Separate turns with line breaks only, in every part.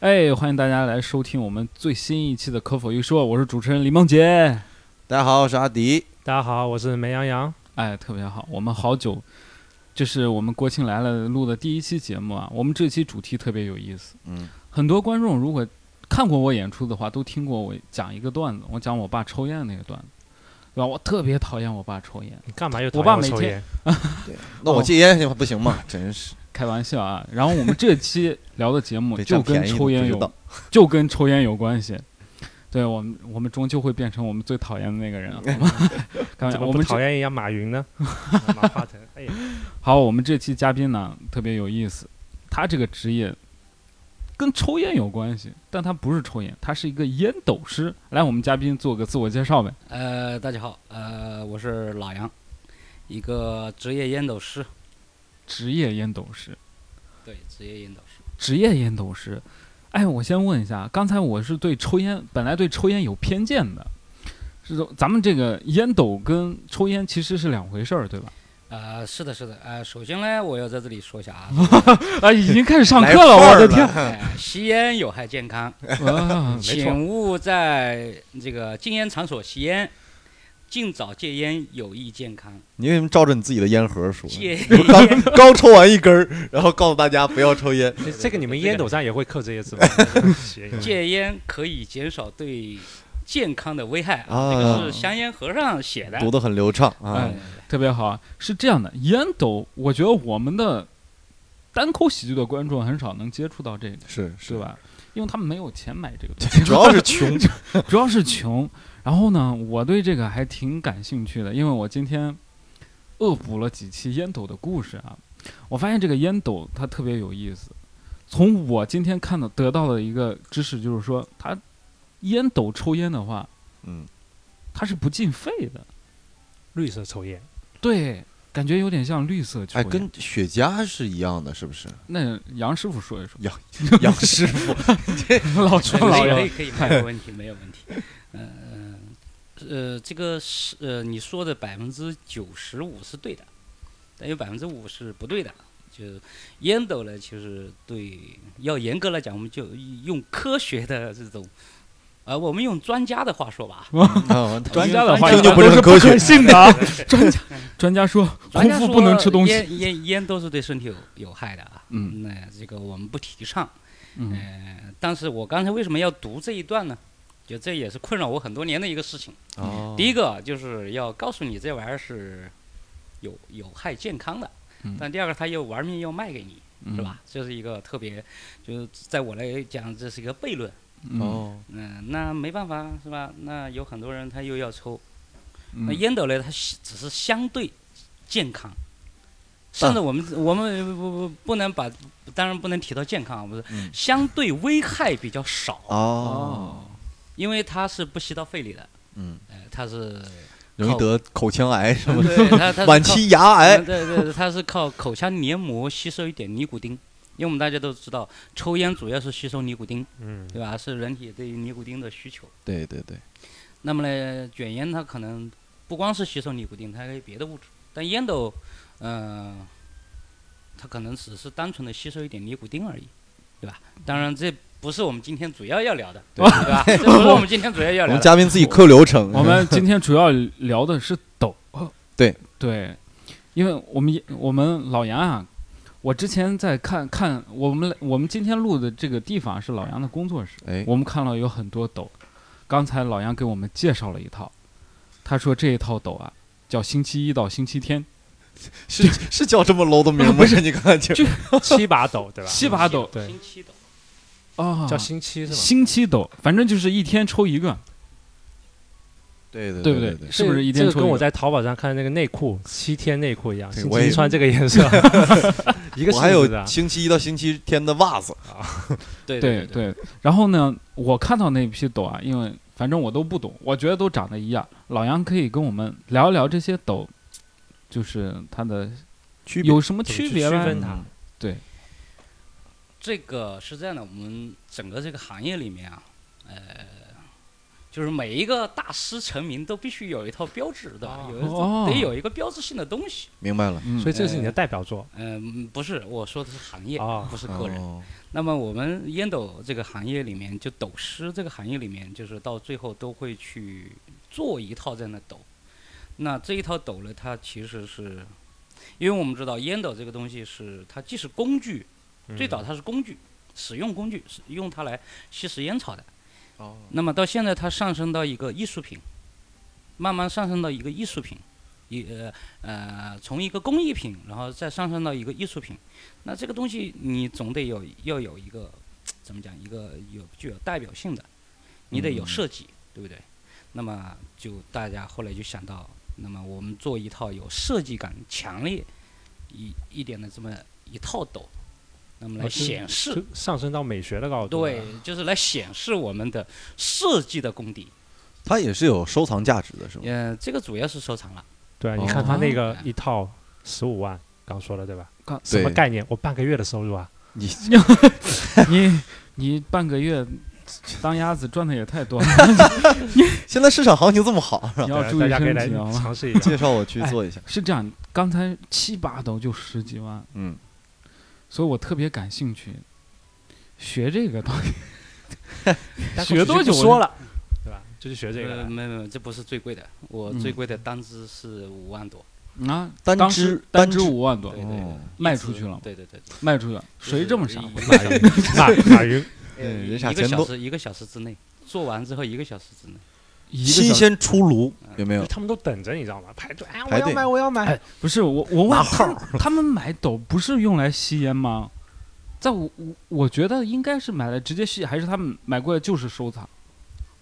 哎，欢迎大家来收听我们最新一期的《可否一说》，我是主持人李梦洁。
大家好，我是阿迪。
哦
大家好，我是梅洋洋。
哎，特别好，我们好久，这是我们国庆来了录的第一期节目啊。我们这期主题特别有意思，
嗯，
很多观众如果看过我演出的话，都听过我讲一个段子，我讲我爸抽烟那个段子，对吧？我特别讨厌我爸抽烟，
你干嘛又
我爸
讨厌
每
抽
天
烟？
那我戒烟不 行吗？真是
开玩笑啊。然后我们这期聊的节 目
被
就
占
跟
便宜了
抽
不
烟
知
有
道。
就跟抽烟有关系。对我们，我们终究会变成我们最讨厌的那个人，啊 好吗？开玩笑，
怎么
呃我
不
们
讨
这
厌一下马 云呢？马化腾，哎呀，
好，我们这期嘉宾呢特别有意思，他这个职业跟抽烟有关系，但他不是抽烟，他是一个烟斗师。来，我们嘉宾做个自我介绍呗。
呃，大家好，呃，我是老杨，一个职业烟斗师。
职业烟斗师，
对，职业烟斗师。
职业烟斗师。哎，我先问一下，刚才我是对抽烟本来对抽烟有偏见的，是说咱们这个烟斗跟抽烟其实是两回事儿， 对吧？
呃，是的，是的。呃，首先呢，我要在这里说一下啊，
啊，已经开始上课
来
了，
范
我的
儿了
天！
呃吸烟有害健康，
啊，没错，
请勿在这个禁烟场所吸烟，尽早戒烟有益健康。
你为什么照着你自己的烟盒说？
戒
刚
烟
刚抽完一根儿，然后告诉大家不要抽 烟。
这这个你们烟斗上也会刻这些字吗？
戒烟可以减少对健康的危害
啊
啊，这个是香烟盒上写的。嗯
读得很流畅啊
哎！特别好啊。是这样的，烟斗，我觉得我们的单口喜剧的观众很少能接触到这个，
是
是
是？
吧？因为他们没有钱买这个东西，
主要是 穷。
主要是穷。然后呢，我对这个还挺感兴趣的，因为我今天恶补了几期烟斗的故事啊，我发现这个烟斗它特别有意思。从我今天看到得到的一个知识就是说，它烟斗抽烟的话，
嗯，
它是不进肺的。
绿色抽烟，
对，感觉有点像绿色球
哎，
员。
跟雪茄是一样的，是不 是？
那杨师傅说一说，
杨师 傅，
老说老
可
杨
以可以可以，没有问题，没有问题。 嗯、呃，呃，这个是呃你说的百分之九十五是对的，但有百分之五是不对的。就是烟斗呢，其实对，要严格来讲，我们就用科学的这种，呃，我们用专家的话说吧，
啊
专家 的话
这
一
就
般
不
都
是
是
很
不
科学
可信的啊。 专家专家说，空
专家
腹
说
不能吃东西。
烟烟烟都是对身体有有害的啊。
嗯
那这个我们不提倡。
嗯
呃，但是我刚才为什么要读这一段呢？就这也是困扰我很多年的一个事情。
哦
第一个就是要告诉你这玩意儿是有有害健康的
嗯，
但第二个他又玩命要卖给你，
嗯
是吧？这是一个特别，就是在我来讲这是一个悖论。
哦，
哦，
嗯、那没办法是吧？那有很多人他又要抽，
嗯
那烟斗呢，它是只是相对健康。甚至我们我们不不不能把，当然不能提到健康，啊，不是
嗯
相对危害比较少，
哦，
哦，
因为它是不吸到肺里的，
嗯，
呃，它是
容易得口腔癌什么
对它它
的，
是
晚
靠
期牙癌
嗯。对对对，它是靠口腔黏膜吸收一点尼古丁，因为我们大家都知道，抽烟主要是吸收尼古丁，
嗯，
对吧？是人体对于尼古丁的需求。
对对对，
那么呢，卷烟它可能不光是吸收尼古丁，它还有别的物质。但烟斗，嗯、它可能只是单纯的吸收一点尼古丁而已，对吧？当然，这不是我们今天主要要聊的，对吧？这不是我们今天主要要
我
聊
们
的。
嘉宾自己磕流程。
我 们今天主要聊的是抖。
对
哦对，因为我们我们老杨啊，我之前在看看我们我们今天录的这个地方是老杨的工作室，
哎，
我们看到有很多斗，刚才老杨给我们介绍了一套，他说这一套斗啊叫星期一到星期天
是是叫这么 low 的名吗？不是，你刚才就
七把斗对吧？
七把斗
对
星期斗，
啊，
叫星期是吗？
星期斗，反正就是一天抽一个，
对对
对不
对，
是不是一
这
天
个
抽一
跟我
个？
在淘宝上看的那个内裤七天内裤一样，
对
星
我
期
也
一穿这个颜色， 一个
我还
性质的
有星期一到星期天的袜子，
对
对
对对，
对。然后呢，我看到那批斗啊，因为反正我都不懂，我觉得都长得一样。老杨可以跟我们聊一聊这些斗，就是它的
区别
有什么
怎么
区
去
别
区
吗？
分它
嗯
对，
这个是这样的，我们整个这个行业里面啊，呃，就是每一个大师成名都必须有一套标志，对吧？
哦
有一
哦
得有一个标志性的东西。
明白了。
嗯
所以这是你的代表作
嗯，不是，我说的是行业，
哦
不是个人。
哦
那么我们烟斗这个行业里面，就斗师这个行业里面，就是到最后都会去做一套这样的斗。那这一套斗呢，它其实是，因为我们知道烟斗这个东西是它既是工具，
嗯
最
嗯
早它是工具，使用工具是用它来吸食烟草的。
哦，
那么到现在，它上升到一个艺术品，慢慢上升到一个艺术品，一呃呃，从一个工艺品，然后再上升到一个艺术品。那这个东西你总得有要有一个怎么讲，一个有具有代表性的，你得有
嗯
设计，对不对？那么就大家后来就想到，那么我们做一套有设计感强烈一一点的这么一套斗，那么
哦
来
就是
显示
就上升到美学的高度。
对，，就是来显示我们的设计的功底。
它也是有收藏价值的，是吗？
嗯、这个主要是收藏了。
对啊，
哦
你看他那个
哦
一套十五万，刚说了对吧？
刚
什么
对
概念？我半个月的收入啊！
你
你你半个月当鸭子赚的也太多 了，
现在市场行情这么好，
你要
对
注
大
意
家可以
身
来
体啊。
尝试一下。
介绍我去做一下。
是这样，刚才七八斗就十几万，
嗯，
所以我特别感兴趣。学这个到底
但
学多久
不说了，对吧？就去学这个
呃，
了。
没有没有，这不是最贵的，我
嗯
最贵的单支是五万多，
啊，
单
当
支
时单
单支
五万多
对，对对
哦，
卖
一支
出去了吗
对对对，
卖出去了，谁这么傻？
马 云，
马马 云，
呃
嗯人傻
一个
钱
小
多
时一个小时之内做完之后，一个小时之内，
一个
新
小
鲜出炉有没有？
他们都等着你知道吗？排队，哎，我
排
要
队
买，我要买
哎。不是我，我问
冒
他们他们买斗不是用来吸烟吗？在我我我觉得应该是买来直接吸，还是他们买过来就是收藏，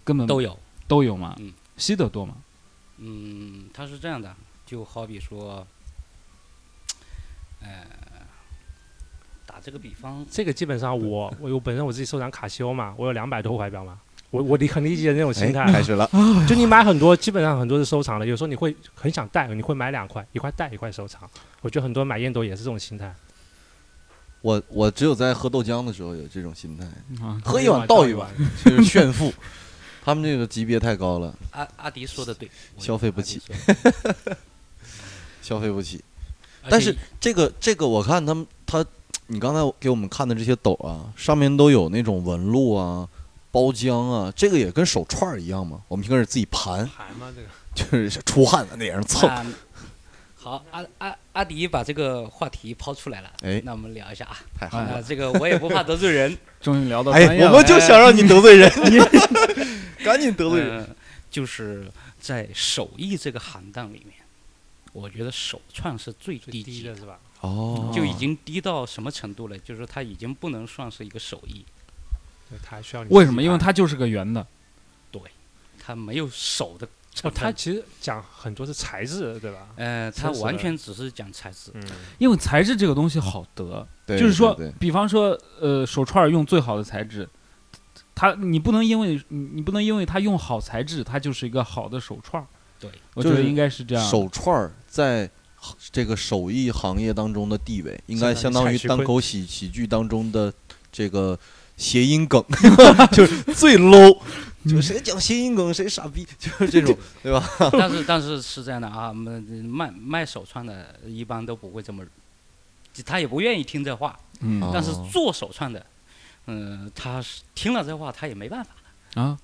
根本
都有。
都有嘛
嗯？
吸的多嘛？
嗯，它是这样的，就好比说，呃，打这个比方，
这个基本上
嗯
我我我本身我自己收藏卡西欧嘛，我有两百多副怀表嘛，我我理很理解那种心态啊
哎，。开始了，
就你买很多，基本上很多是收藏的，有时候你会很想带，你会买两块，一块带一块收藏。我觉得很多买烟斗也是这种心态，
我我只有在喝豆浆的时候有这种心态，
啊，
嗯
喝一碗倒一碗，就是炫富。他们这个级别太高了，
阿阿迪说的对，我
消费不
阿
起
迪说的对，
消费不起。
而
但
且
是这个这个，我看他们他，你刚才给我们看的这些斗啊，上面都有那种纹路啊、包浆啊，这个也跟手串儿一样嘛。我们一开始自己盘，
盘嘛这个。
就是出汗在脸上蹭。
啊好，阿阿阿迪把这个话题抛出来了，
哎
那我们聊一下啊。
太
好了
啊，这个我也不怕得罪人，
终于聊到
哎
专业，
我
了
们。就想让你得罪人， 赶紧 得罪人。
呃，就是在手艺这个行当里面，我觉得手串是最低
最低
级
的是吧？
哦
就已经低到什么程度了？就是它已经不能算是一个手艺，
对，它还需要你
为什
哎
么？因为
它
它就是个圆的，
它没有手的
哦，
成
它
分。
其实讲很多是材质，对吧？
呃，它
真实
完
的
全只是讲材质。
嗯，
因为材质这个东西好得，
对
就是说
对对，
比方说，呃，手串儿用最好的材质，它你不能因为你你不能因为它用好材质，它就是一个好的手串儿。
对，
我觉得
就是
应该是这样。
手串儿在这个手艺行业当中的地位，应该相当于单口喜喜剧当中的这个谐音梗，就是最 low，就是谁讲谐音梗谁傻逼， 就是这种，对吧？
但是但是是这样的啊，我们卖卖手串的一般都不会这么，他也不愿意听这话。
嗯
啊
但是
哦
做手串的，嗯、他是听了这话，他也没办法。
啊，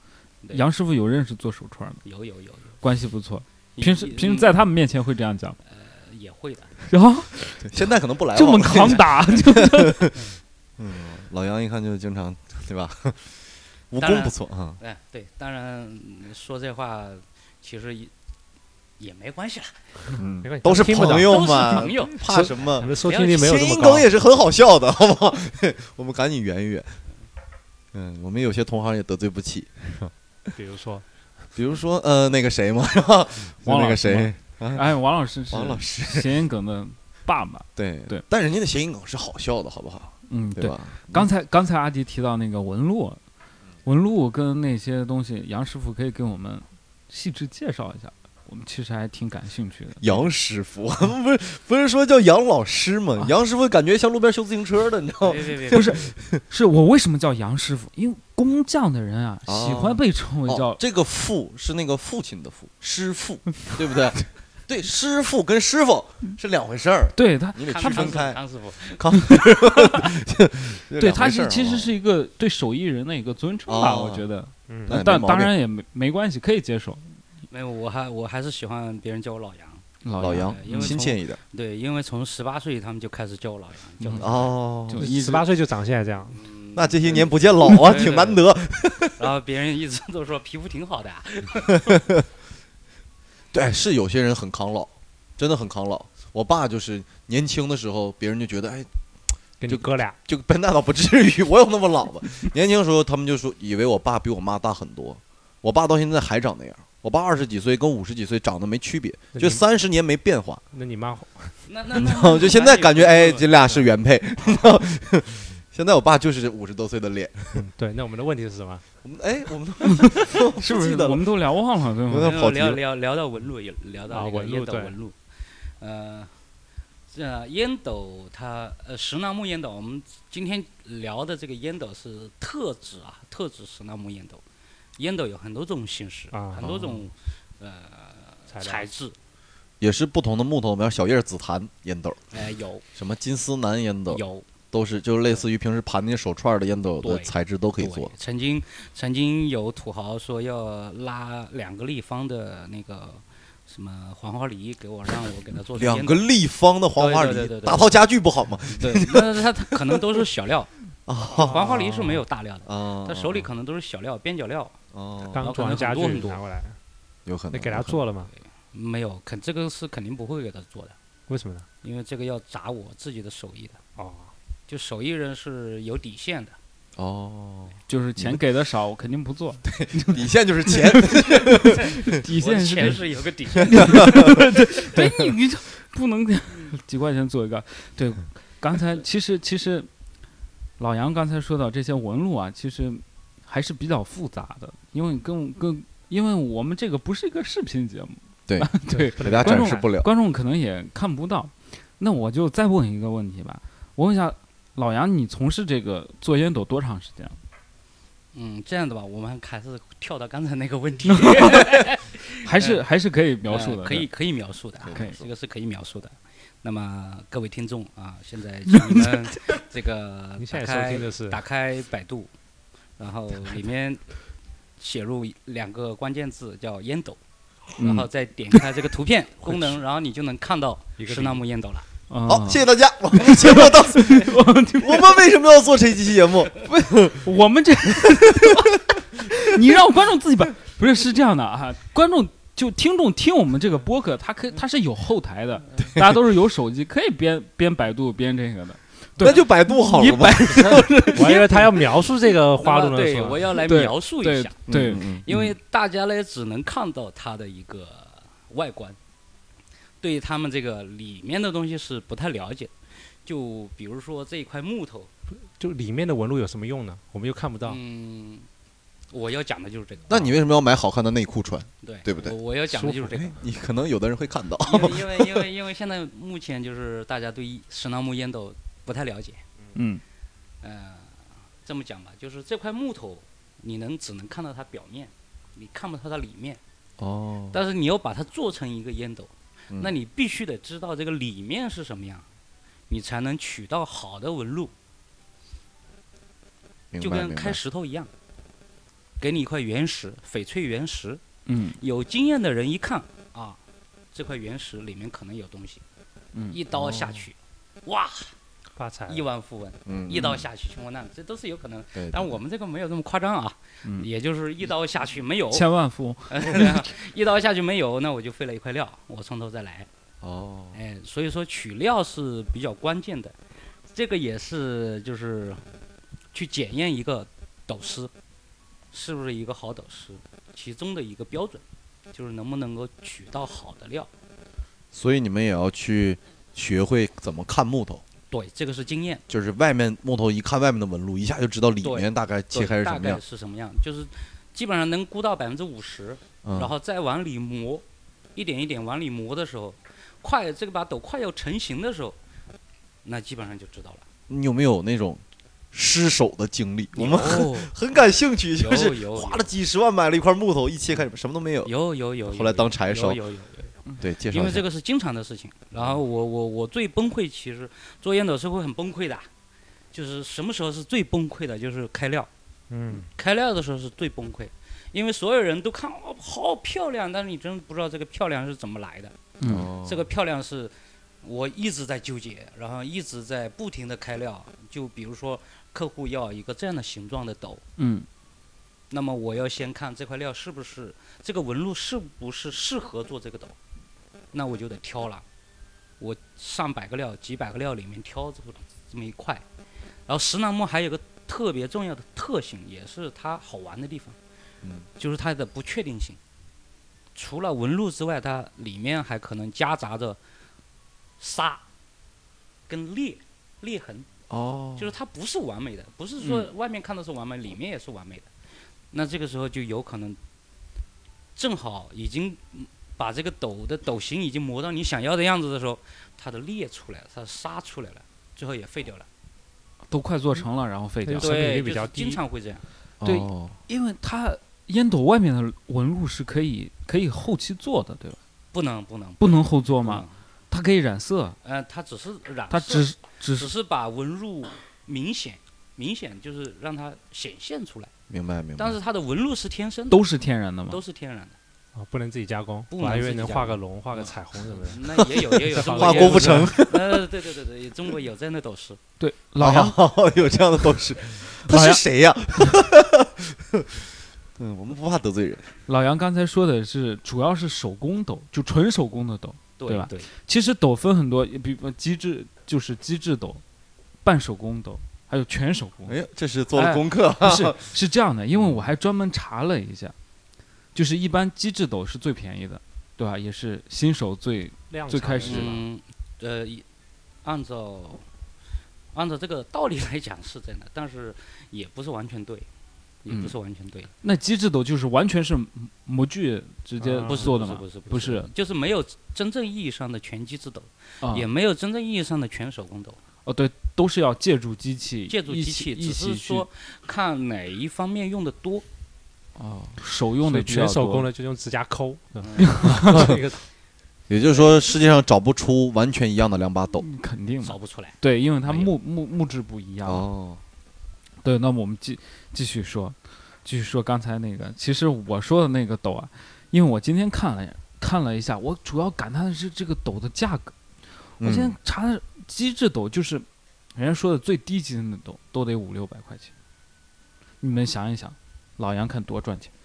对
杨师傅有认识做手串儿的，
有有有
关系不错。
有，
平时
也
平时在他们面前会这样讲，
嗯也会的。
然后
现在可能不来
这么
往了
扛 打，就
嗯，老杨一看就经常对吧？武
当
功
然
不错啊，
哎，对，当然嗯说这话其实也也没关系了，
嗯
没关系
都是
听不懂
朋
都
友
是
嘛
朋，友。
怕什么
我？们收听率没有
谐
那
音
么
梗
高。
也是很好笑的，好不好？ 我们赶紧圆一圆。嗯，我们有些同行也得罪不起，
比如说，
比如说呃那个谁嘛， 是吧？
王
那
老
个
师
谁，
哎，王老师是
王老师，
谐音梗的爸爸。
对
对。
但人家的谐音梗是好笑的，好不好？
嗯，对。
吧？
刚才刚才阿迪提到那个纹路，纹路跟那些东西，杨师傅可以给我们细致介绍一下。我们其实还挺感兴趣的。
杨师傅， 我们不是不是说叫杨老师
啊
吗？杨师傅感觉像路边修自行车的，你知道
哎
吗？
别别别，
哦就是是我为什么叫杨师傅？因为工匠的人啊，
哦
喜欢被称为
哦
叫，
这个父是那个父亲的父，师傅，对 不对？对，师傅跟师傅是两回事儿，
对他，
你得
康
区分开。
康师傅，康师
康，
对
对
他是其实是一个对手艺人的一个尊称吧，
哦
我觉得。
嗯
那也没
但
毛
当
病
然也没没关系，可以接受。
傅没有，我还我还是喜欢别人叫我老杨。
老
老
杨
杨
因为从
亲切一点
对，因为从十八岁他们就开始叫我老杨，叫
嗯
我老杨。
哦。
就一直
十八岁就长现在这样，
嗯
那这些年不见老啊，
对
挺难得。
然后别人一直都说皮肤挺好的啊，
对，是有些人很抗老，真的很抗老。我爸就是年轻的时候，别人就觉得哎，
跟
就
你哥俩，
就笨那倒不至于， 我有那么老吧？年轻的时候他们就说，以为我爸比我妈大很多。我爸到现在还长那样，我爸二十几岁跟五十几岁长得没区别，
那
就
你
三十年没变化。
那你妈
那那那
然后就现在感觉哎，这俩是
原。
原配。现在我爸就是五十多岁的脸，
嗯对，那我们的问题是什么？
我们哎，我们都
是
不
不
记
是
得
我
了？
们都聊忘了，对
有点
吗？
没有
跑题
聊
了
聊聊到纹路，也聊
啊
到那个
纹路
烟斗
对
纹路，呃，这呃样烟斗它呃石楠木烟斗，我们今天聊的这个烟斗是特指啊，特指石楠木烟斗。烟斗有很多种形式，
啊哦
很多种呃
材料
材 质，
也是不同的木头，我们要小叶紫檀烟斗，
呃有
什么金丝楠烟斗，
有
都是就是类似于平时盘那些手串的烟斗的
对
材质都可以
对
做。
曾经曾经有土豪说要拉两个立方的那个什么黄花梨给我，让我给他做成
两
烟
个
斗
立方的黄花
对对对
梨
对对
打套家具不好吗？
对， 那他他可能都是小料，
啊
黄花梨是没有大料的。
啊，
他手里可能都是小料、边角料，
哦，
刚做完家具拿过来，
有可能
那给他，做了吗？
没有肯这个是肯定不会给他做的，
为什么呢？
因为这个要砸我自己的手艺的，
哦，
就手艺人是有底线的。
哦，
就是钱给的少，我肯定不做。
底线就是钱，
底
我
线是
钱
得
是有个 底线，
对，嗯你你就不能 几块钱做一个。对，刚才其实其实老杨刚才说到这些纹路啊，其实还是比较复杂的，因为跟跟因为我们这个不是一个视频节目，
对
对，
给大家
观众
展示不了。
观众可能也看不到。那我就再问一个问题吧，我问一下老杨，你从事这个做烟斗多长时间了？
嗯，这样的吧，我们还是跳到刚才那个问题
还是还是可以 描述
呃
的，
可以可以描述的啊
可以，
这个是可以描述的。那么各位听众啊，现在请你 们这个
你现
打
在收
开
听的是
打开百度，然后里面写入两个关键字叫烟斗。
对。
然
嗯
后再点开这个图片功能，然后你就能看到
一个
石楠木烟斗了。 哦
好，
啊
谢谢大家，我们节目到 此，我们为什么要做这期节目？
我们这， 你让观众自己吧，不是是这样的啊，观众就听众听我们这个播客，他可以他是有后台的，大家都是有手机，可以边边百度边这个的，对
那就百度好
一
了吧
百？
我还以为他要描述这个花朵
那么
呢，
对
是吧
我要来
对
描述一
对
下，
对
嗯，，嗯
因为大家呢只能看到它的一个外观，对于他们这个里面的东西是不太了解的。就比如说这一块木头，
就里面的纹路有什么用呢？我们又看不到。
嗯，我要讲的就是这个。
那你为什么要买好看的内裤穿？
对
对不对
我我要讲的就是这个
哎。你可能有的人会看到，
因为因为因为因为现在目前就是大家对石楠木烟斗不太了解，
嗯
呃，这么讲吧，就是这块木头，你能只能看到它表面，你看不到它里面。
哦，
但是你要把它做成一个烟斗，
嗯
那你必须得知道这个里面是什么样，你才能取到好的纹路。
明
就
白
跟
明
开
白。
石头一样，给你一块原石，翡翠原石，
嗯
有经验的人一看啊，这块原石里面可能有东西，
嗯，
一刀下去，哇，
发财
亿万富翁，
嗯
一刀，下去穷光蛋，这都是有可能的。
嗯对
但我们这个没有这么夸张啊，
嗯
也就是一刀下去没有，
千万富翁，
一刀下去没有，那我就废了一块料，我从头再来。
哦，
哎，所以说取料是比较关键的，这个也是就是去检验一个斗师是不是一个好斗师，其中的一个标准就是能不能够取到好的料。
所以你们也要去学会怎么看木头，
对，这个是经验，
就是外面木头一看外面的纹路，一下就知道里面大概切
对
开是
大
什么
概
样。
是什么样，就是基本上能估到百分之五十，
嗯
然后再往里磨，一点一点往里磨的时候，快这个把斗快要成型的时候，那基本上就知道了。
你有没有那种失手的经历？我们很
有
很感兴趣， 就
有
是
有
花了几十万买了一块木头，一切开始什么都没有，
有有有，
后来当柴烧
有有有有。
对，介绍
因为
一
这
下
个是经常的事情。然后我我我最崩溃，其实做烟斗是会很崩溃的，就是什么时候是最崩溃的？就是开料，
嗯，
开料的时候是最崩溃，因为所有人都看哦好漂亮，但是你真不知道这个漂亮是怎么来的。
嗯
哦
这个漂亮是我一直在纠结，然后一直在不停的开料。就比如说客户要一个这样的形状的斗，
嗯
那么我要先看这块料是不是这个纹路是不是适合做这个斗，那我就得挑了。我上百个料、几百个料里面挑这么这么一块，然后石楠木还有个特别重要的特性，也是它好玩的地方，
嗯
就是它的不确定性。除了纹路之外，它里面还可能夹杂着沙跟裂裂痕。
哦，
就是它不是完美的，不是说外面看到是完美，里面也是完美的。那这个时候就有可能，正好已经嗯把这个斗的斗形已经磨到你想要的样子的时候，它的裂出来了，它的沙出来了，最后也废掉了。
都快做成了，然后废掉
就。成品率
对，
比
就
较
是
低
经常会这样。
对
哦
因为它烟斗外面的纹路是可以可以后期做的，对吧？
不能不能
不能后做
不
吗？？它可以染色，
呃，它只嗯是染色，
它只只
只
是
是把纹路明显明显就是让它显现出来，
明白明白。
但是它的纹路是天生的，
都是天然的嘛
都。是天然的。
哦，不能自己加工，
不
我还以
能
为
自己
能
加
画个
工
龙、画个彩虹什么 的。
那也有也有中国
画
也
郭
有
富城，
呃，对对对对，中国有这样的斗士，
对，老杨，
哦有这样的斗 士，
老
他是
杨
谁呀？ 嗯，我们不怕得罪人。
老杨刚才说的是主要是手工斗，就纯手工的斗。
对
对吧
对，
其实斗分很多，比如机制就是机制斗、半手工斗，还有全手工。
哎呀，这是做了
哎
功课。
不是，是这样的，因为我还专门查了一下，就是一般机制斗是最便宜的，对吧？也是新手最
量
最
产
开
的
始
嘛
吧
嗯，呃，一按照按照这个道理来讲是真的，但是也不是完全对，也不
嗯
是完全对，
那机制斗就是完全是模具直接
啊
不是
做的嘛，
不是不
不
是
是
就是没有真正意义上的拳击之斗，
啊
也没有真正意义上的全手工斗，
哦对，都是要借助机器，
借助
一
机
起
器，
一
只
起去
是说看哪一方面用的多，
哦手用的
所以
比较
全手工
多
的就用指甲抠， 对吧一个
也就是说，世界上找不出完全一样的两把斗。
嗯肯定
找
嘛，
不出来。
对，因为它
没有
木木木质不一
嗯
样嘛，
哦，
对，那么我们继继续说，继续说刚才那个，其实我说的那个斗啊，因为我今天看了看了一下，我主要感叹的是这个斗的价格。我
嗯
今天查的机制斗，就是人家说的最低级的斗都得五六百块钱，你们想一想，老杨看多赚钱。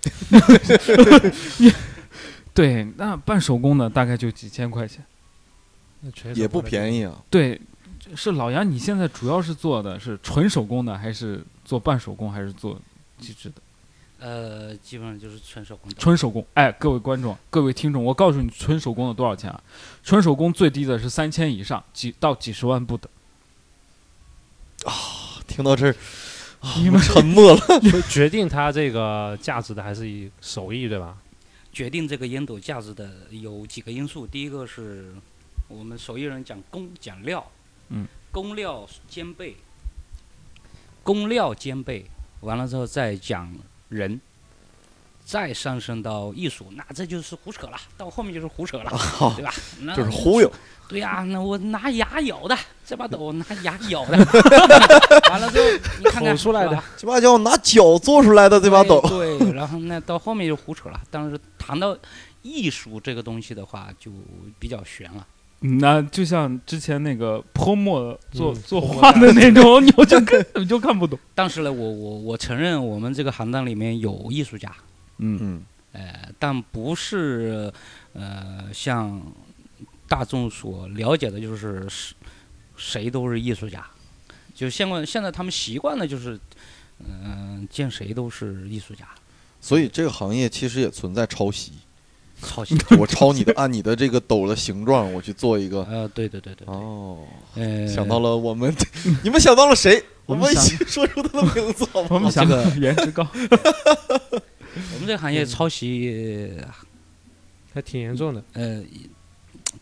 对，那半手工的大概就几千块钱。
也不便
宜。
宜啊。
对，是老杨，你现在主要是做的是纯手工的，还是做半手工，还是做机制的？
呃，基本上就是纯手工斗。
纯手工，哎，各位观众、各位听众，我告诉你，纯手工的多少钱啊？纯手工最低的是三千以上，几到几十万不等。
听到这儿，
你
我
们
沉默了。
所以决定它这个价值的还是以手艺，对吧？
决定这个烟斗价值的有几个因素，第一个是我们手艺人讲工讲料，
嗯，
工料兼备，工料兼备，完了之后再讲人，再上升到艺术，那这就是胡扯了，到后面就是胡扯了，
好
对吧？那
就是忽悠，
对呀、那我拿牙咬的，这把斗拿牙咬的， 完了之后你看看
吼出来的
是吧
这把叫拿脚做出来的这把斗。
哎对， 对然后那到后面就胡扯了。但是谈到艺术这个东西的话，就比较悬了。
嗯那就像之前那个泼墨做、
嗯
做画的那种，你就看你就看不懂。
但是呢，我我我承认我们这个行当里面有艺术家，
嗯，
嗯，
呃，但不是呃像大众所了解的，就是是谁都是艺术家。就现在现在他们习惯了，就是嗯、呃见谁都是艺术家，
所以这个行业其实也存在抄袭。
抄袭。
我抄你的，按你的这个斗的形状，我去做一 个。
呃，对对对对，
哦，
呃，
想到了我们， 你们想到了谁？
我
我
们
们一
想
起 说出他的名字好
我
吗？
们想
这个
颜值高，
嗯
我们这个行业抄袭
还挺严重的，
呃，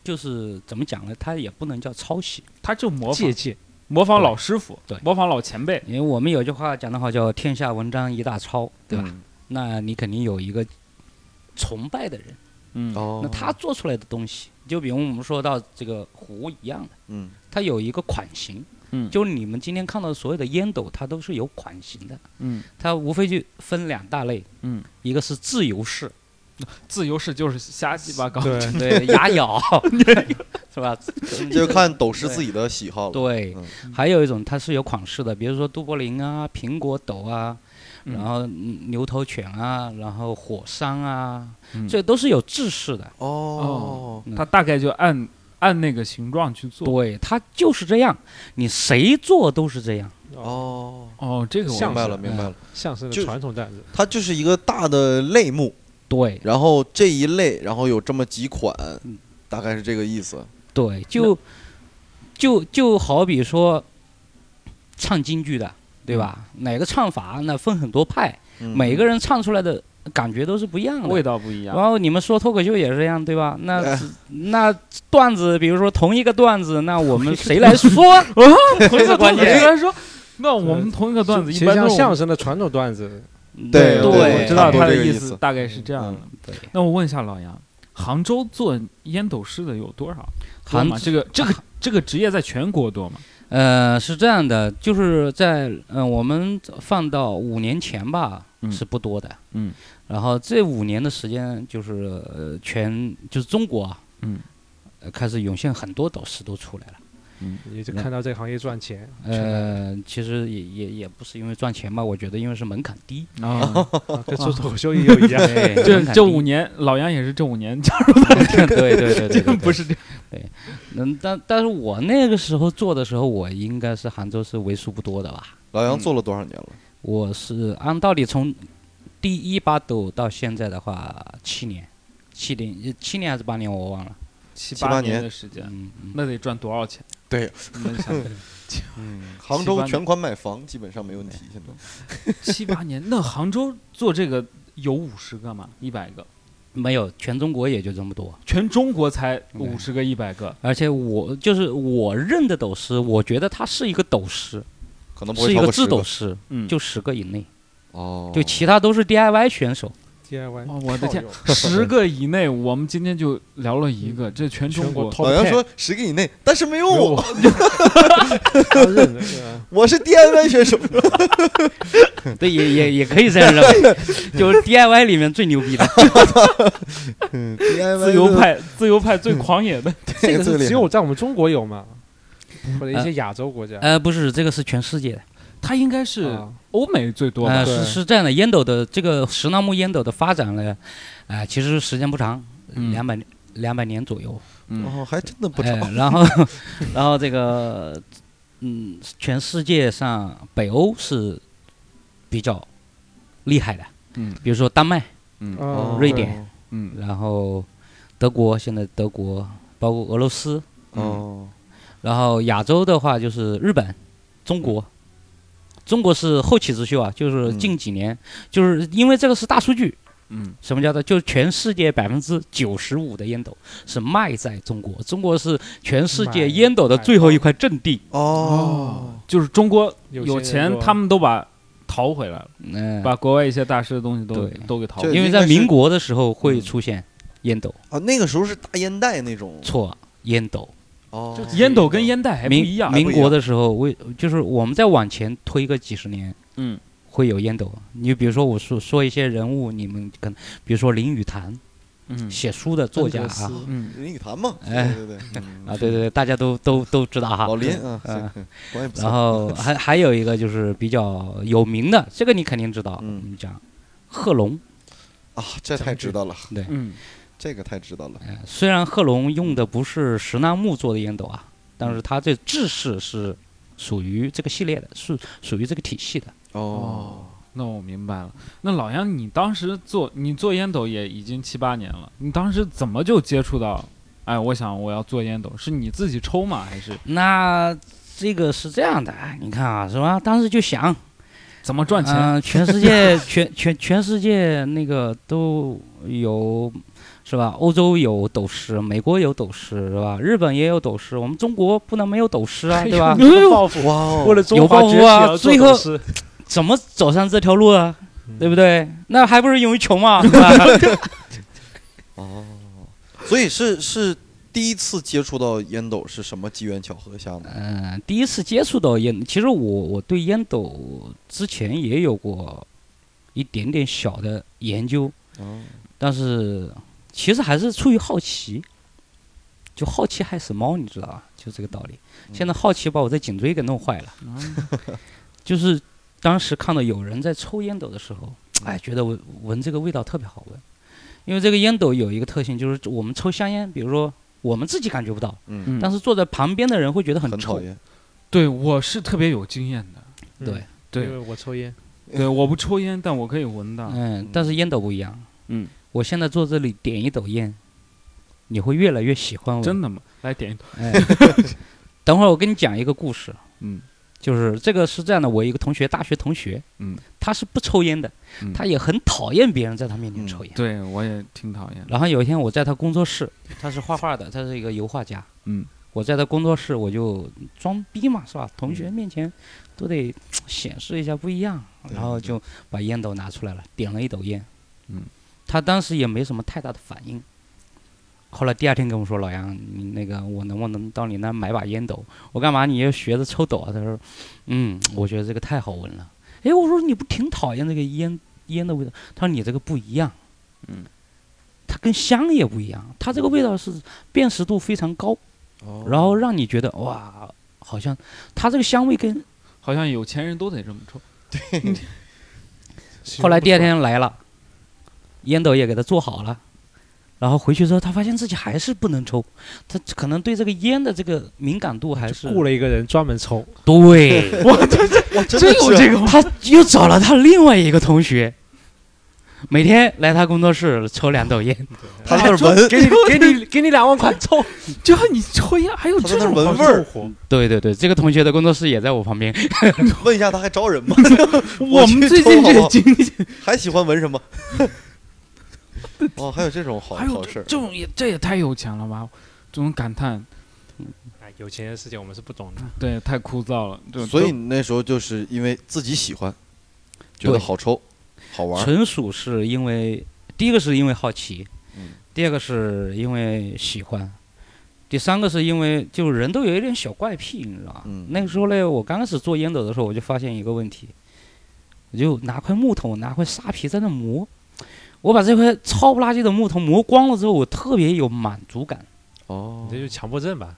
就是怎么讲呢？它也不能叫抄袭，
他就模仿
借鉴。
模仿老师傅
对，
模仿老前辈，
因为我们有句话讲得好，叫“天下文章一大抄”，对吧？
嗯
那你肯定有一个崇拜的人，
嗯，
哦
那他做出来的东西，就比如我们说到这个壶一样的，
嗯
它有一个款型，
嗯
就是你们今天看到的所有的烟斗，它都是有款型的，
嗯
它无非就分两大类，
嗯，
一个是自由式，
自由式就是瞎鸡巴搞，
对，
对，牙咬，是吧？
嗯就看斗士自己的喜好了。
对，
嗯
还有一种它是有款式的，比如说都柏林啊、苹果斗啊，
嗯
然后嗯牛头犬啊，然后火山啊，
嗯
这都是有制式的。
哦，
他大概就按按那个形状去做。
对，它就是这样，你谁做都是这样。
哦，
哦，这个我
明
像
白
是
了，明白
哎
了，
相声的
就
传统段子，
它就是一个大的类目，
对
然后这一类，然后有这么几款
嗯，
大概是这个意思。
对，就就就好比说唱京剧的，对吧？
嗯
哪个唱法那分很多派，
嗯
每个人唱出来的感觉都是不一样的。
味道不一样
然。后你们说脱口秀也是这样，对吧？那、
哎
那段子，比如说同一个段子，那我们谁来说？
回到段
关键
子来说，那我们同一个段子
其
一
实
般
像
都是
相声的传统段子，
对
对，我
对，
知道
差不多
他的
这个意
思
思嗯
大概是这样的。
对，
那我问一下老杨，杭州做烟斗师的有多少？多
杭
吗？这个这个这个职业在全国 多吗？
呃，是这样的，就是在嗯、呃我们放到五年前吧，
嗯
是不多的。
嗯。
然后这五年的时间，就是呃，全就是中国啊，
嗯
呃，开始涌现很多导师都出来了。
也就看到这个行业赚钱。
呃，其实也也也不是因为赚钱吧，我觉得因为是门槛低。
哦
啊，
啊跟做脱口秀也有一样。
呃对，
这
门槛
这
低
五年，老杨也是这五年 加入，
对对对 对对，对
不。是这
嗯，但但是我那个时候做的时候，我应该是杭州是为数不多的吧。
老杨做了多少年了？
我是按道理从第一把斗到现在的话，七年，七年呃七年还是八年我忘了。
七
七八
八年
年
的时间，
嗯嗯，
那得赚多少钱？
对，
你能想象
嗯，杭
七八
州
年
全款买房基本上没问题。现在
七八年？那杭州做这个有五十个吗？一百个？
没有，全中国也就这么多。
全中国才
对
五十个、一百个，
而且我就是我认的斗师，我觉得他是一个斗师，
可能不
是
会
一
超过
制
十
斗
个。
师，
嗯，
就十个以内，
哦，
就其他都是 DIY 选手。
嗯
DIY，
哇我的天
靠右，
十个以内，我们今天就聊了一
嗯
个，这全中
全
国
国 top
老杨
10
说十个以内，但是没有
没有
我，
我，他认了对 吧
我是 DIY 选手。
对，也也也可以这样认为， 就是 DIY 里面最 牛逼的。
嗯，DIY
自由 派，自由派最狂野的，
这个
最
是
厉害
只有在我们中国有嘛，或者一些亚洲国家。
呃，不是，这个是全世界的。
他应该是
啊
欧美最多吧
呃，？
对
是是这样的，烟斗的这个石楠木烟斗的发展呢，啊，其实时间不长，
嗯
两百两百年左右。
嗯，
哦，还真的不
哎
长。
然后， 然后这个，嗯，全世界上北欧是比较厉害的，
嗯
比如说丹麦，
嗯
哦
啊
瑞典，
嗯
然后德国，现在德国，包括俄罗斯，
哦，
然后亚洲的话就是日本、中国。中国是后起之秀啊，就是
嗯
近几年，就是因为这个是大数据，
嗯
什么叫做？就是全世界百分之九十五的烟斗是卖在中国，中国是全世界
买
烟斗的最后一块阵地。
哦，，
就是中国
有
有
钱人
钱，
多
他们都把淘回来了，
嗯、
把国外一些大师的东西都
对
都给淘
这
回来。
因为
应该
在
是
民国的时候
嗯
会出现烟斗，
啊，那个时候是大烟袋那种。
错，烟斗。
哦，
就
烟斗跟烟袋还不
民
一样，
还
民
不一
国
样
的时候为就是我们再往前推个几十年
嗯
会有烟斗。你比如说我说说一些人物，你们可能比如说林语堂
嗯
写书的作家
邓格
啊
斯
嗯，
林语堂嘛，
哎
对对对，嗯
啊，对对对，大家都都都知道哈。
老林啊，
嗯
行关系不错。
然后还还有一个就是比较有名的，这个你肯定知道，
嗯
你讲贺龙，
啊，这太知道了，
对，
嗯
这个太知道了。
呃虽然贺龙用的不是石楠木做的烟斗啊，但是它这制式是属于这个系列的，是属于这个体系的。
哦，那我明白了。那老杨，你当时做你做烟斗也已经七八年了，你当时怎么就接触到？哎，我想我要做烟斗，是你自己抽吗？还是
那这个是这样的，你看啊，是吧？当时就想，呃
怎么赚钱？
嗯全世界全全全世界那个都有是吧？欧洲有斗师，美国有斗师是吧？日本也有斗师，我们中国不能没有斗师
哎
啊，对吧？
报复
哇哦
为了中
有
华
报
崛
复
起
啊
而做
最后
董事嗯
怎么走上这条路啊？对不对？那还不是因为穷 嘛，是吧？
哦，所以是是第一次接触到烟斗是什么机缘巧合下呢？
嗯，第一次接触到烟，其实我我对烟斗之前也有过一点点小的研究，
嗯
哦，
但是其实还是出于好奇，就好奇害死猫，你知道吧？就这个道理。现在好奇把我这颈椎给弄坏了，
嗯
就是当时看到有人在抽烟斗的时候，哎，觉得闻闻这个味道特别好闻，因为这个烟斗有一个特性，就是我们抽香烟，比如说我们自己感觉不到，
嗯，
嗯
但是坐在旁边的人会觉得很
很
臭
讨。厌。啊
对我是特别有经验的，
嗯
对，
对
因为我抽烟，
对，我不抽烟，但我可以闻到。
嗯，但是烟斗不一样。
嗯，
我现在坐这里点一斗烟，你会越来越喜欢我。
真的吗？来点一头。
哎， 等会儿我跟你讲一个故事。
嗯，
就是这个是这样的，我一个同学，大学同学，
嗯，
他是不抽烟的，
嗯
他也很讨厌别人在他面前
嗯
抽烟。
对我也挺讨厌的。
然后有一天我在他工作室，他是画画的，他是一个油画家，
嗯，
我在他工作室我就装逼嘛，是吧？同
嗯
学面前都得显示一下不一样，
对
然后就把烟斗拿出来了，点了一斗烟，
嗯，
他当时也没什么太大的反应。后来第二天跟我说：“老杨，你那个我能不能到你那儿买把烟斗？我干嘛你也学着抽斗啊？”他说：“嗯，我觉得这个太好闻了。”哎，我说你不挺讨厌这个烟烟的味道？他说你这个不一样。
嗯
它跟香也不一样，它这个味道是辨识度非常高，
嗯
哦
然后让你觉得哇，好像它这个香味跟
好像有钱人都得这么抽。
后来第二天来了，烟斗也给他做好了，然后回去之后，他发现自己还是不能抽，他可能对这个烟的这个敏感度还是
雇了一个人专门抽，
对，
哇， 真
真有
是啊
这个吗？
他又找了他另外一个同学，每天来他工作室抽两 斗烟，
他在那儿闻，
给你给 你给你两万块抽，
就你抽烟还有
他在
这
那儿
种
闻味儿。
对对对，这个同学的工作室也在我旁边，
问一下他还招 人吗？
我们最近这个经历，
还喜欢闻什么？哦，还有这种好
还有
好事
这
儿，
这种也这也太有钱了吧！这种感叹，
哎，有钱人世界我们是不懂的，
对，太枯燥了。就
所以
都
你那时候就是因为自己喜欢，觉得
对
好抽，好玩儿，
纯属是因为第一个是因为好奇，
嗯
第二个是因为喜欢，第三个是因为就是人都有一点小怪癖，你知道吧？
嗯
那个时候嘞，我刚开始做烟斗的时候，我就发现一个问题，我就拿块木头，拿块沙皮在那磨，我把这块糙不拉几的木头磨光了之后，我特别有满足感，
哦
你这就是强迫症吧？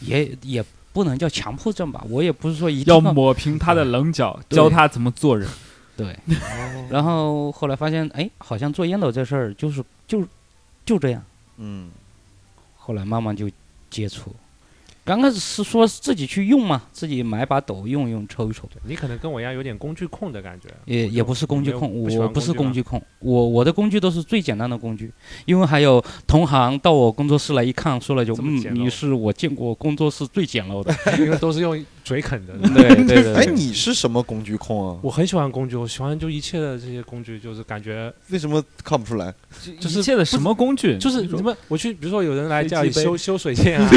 也也不能叫强迫症吧，我也不是说一定
要抹平他的棱角，
对
教他怎么做人。
对，
哦
然后后来发现，哎，好像做烟斗这事儿就是就就这样。
嗯，
后来慢慢就接触。刚开始是说自己去用嘛，自己买把斗用用抽一抽，
你可能跟我一样有点工具控的感觉，
也
我就
也不是工具控，
没有
我不是工
具
具控，我我的工具都是最简单的工具，因为还有同行到我工作室来一看，说了就
这么
嗯
简，陋
你是我见过工作室最简陋的，
嘛， 因为都是用嘴啃的。
对对对对，
哎，你是什么工具控啊？
我很喜欢工具，我喜欢就一切的这些工具，就是感觉
为什么看不出来？
就是
一切的什么工具？
就是
你
你
说
们我去，比如说有人来
飞机
家里
杯
修修水线啊，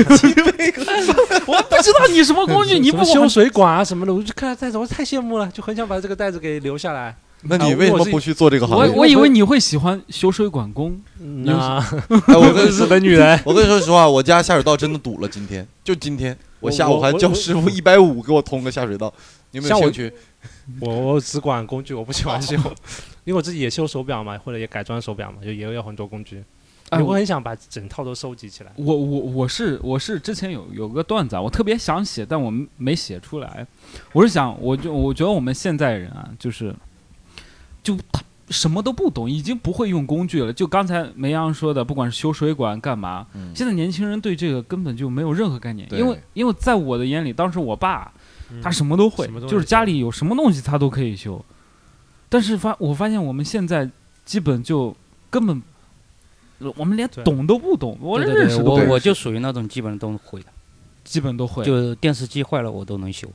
我不知道你什么工 具，你
什
不
么
跟我
修水管啊什么的，我就看他袋子，我太羡慕了，就很想把这个袋子给留下来。
那
啊
你
我
为什么
是
不去做这个行
我
业？
我以为你会喜欢修水管工，
那
哎，我跟你
死
说，
的女人，
我跟你说实话，我家下水道真的堵了，今天就今天，我
我
下午
我
还
我
叫
我
师傅一百五给我通个下水道，你有没有
像我
兴趣？
我我只管工具，我不喜欢修， 因为我自己也修手表嘛，或者也改装手表嘛，就也有很多工具，
哎，
啊我
我
很想把整套都收集起来。
我我我是我是之前有有个段子啊，我特别想写，但我们没写出来。我是想，我就我觉得我们现在人啊，就是就他什么都不懂，已经不会用工具了。就刚才梅阳说的，不管是修水管干嘛，
嗯
现在年轻人对这个根本就没有任何概念。
对
因为因为在我的眼里，当时我爸
嗯
他什么都会
什么，都能
就是家里有什么东西他都可以修。但是发我发现我们现在基本就根本，我们连
对
懂都不懂，我
对
连
对
认
对
识都
我
不
我
认识，
就属于那种基本都会的，
基本都会。
就电视机坏了我都能修，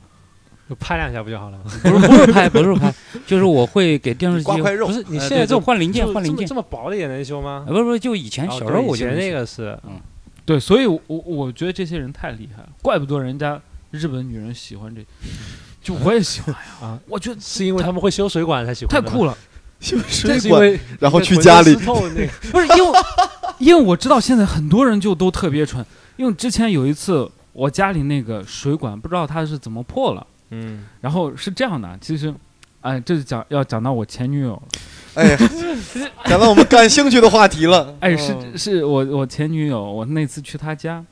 就拍两下不就好了吗？
不是不是拍，不是拍，就是我会给电视机
刮块，肉
不是
你现
呃对
在
对
这种
换零件
就
换
这
零
么
件，
这么薄的也能修吗哦
呃？不是不是，就以前小时候我
以
就
前
能
那
修
个是，
对，所以我我我觉得这些人太厉害了，怪不得人家日本女人喜欢这，就我也喜欢呀
啊，
我觉得
是因为他们会修水管才喜
太
欢的吗，
酷了，
修
这
水
是因
管，
为
然后
那
去
浑
家
身
里
湿透那个
不是因为 因为我知道现在很多人就都特别蠢，因为之前有一次我家里那个水管不知道它是怎么破了，
嗯，
然后是这样的，其实。哎，这就讲要讲到我前女友了。
哎呀，讲到我们感兴趣的话题了。
哎，
嗯
是是我我前女友，我那次去她家，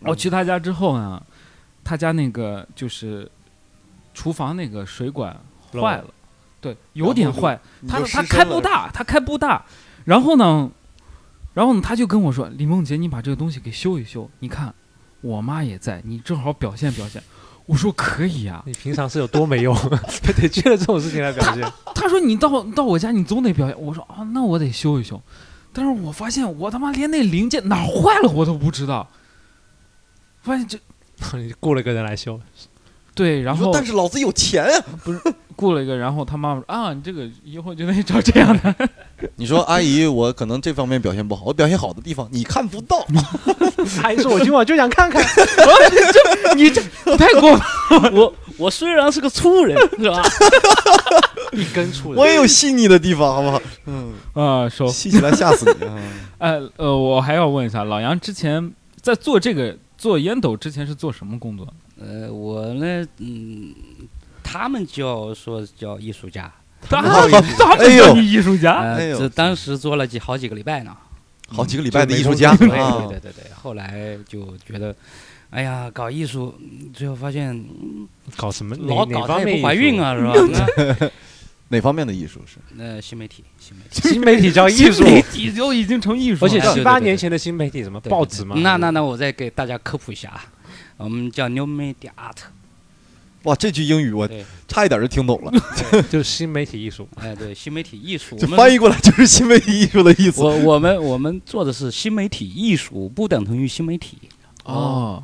嗯
我去她家之后呢，她家那个就是厨房那个水管坏了，对，有点坏，
你
他
就
他
失
开
身
不
了
大，他开不大。然后呢，然后呢，他就跟我说：“李梦洁，你把这个东西给修一修。你看，我妈也在，你正好表现表现。”我说：“可以啊呀、
你平常是有多没用，啊 得借着这种事情来表现。
他说：“你到到我家，你总得表现。”我说：“啊，那我得修一修。”但是我发现我他妈连那零件哪儿坏了我都不知道，发现这
你雇了个人来修，
对，然
你说
后
但是老子有钱啊呀、
雇了一个，然后他妈妈说：“啊，你这个以后就得找这样的。
你说阿姨，我可能这方面表现不好，我表现好的地方你看不到。
阿姨说：“我今晚就想看看。
你这太过分，
我我虽然是个粗 人，是吧？”
一根触的，
我也有细腻的地方，好不好？嗯，
啊，手
细起来吓死你啊！
呃呃，我还要问一下，老杨之前在做这个做烟斗之前是做什么工作？
呃，我呢，嗯，他们叫说叫艺术家，
当
好
然当
哎
然
呦
叫你艺术家，
哎
呃，
呦
这当时做了几好几个礼 拜呢。
好几个礼拜的艺术
就
家
没
对
工
啊
对对对对，后来就觉得，哎呀，搞艺术，嗯最后发现嗯
搞什么？哪
老
哪
搞它
方面
也不怀孕
啊？
啊，是 吧？
哪方面的艺术是？
那那新媒体，新媒 体。
新媒体
哎
叫艺
艺
术
术，媒体就已经成艺术
而
了，
且
对
七
对
八
对
年
对
前的新媒体，什么
对
报
对
纸
对
嘛？
那那那，我再给大家科普一下啊，我们叫 new media art。
哇，这句英语我
对，
差一点就听懂了，
就是新媒体艺术。
哎，对，新媒体艺术。
就
我们
翻译过来就是新媒体艺术的意思。
我我们我们做的是新媒体艺术，不等同于新媒体。
哦，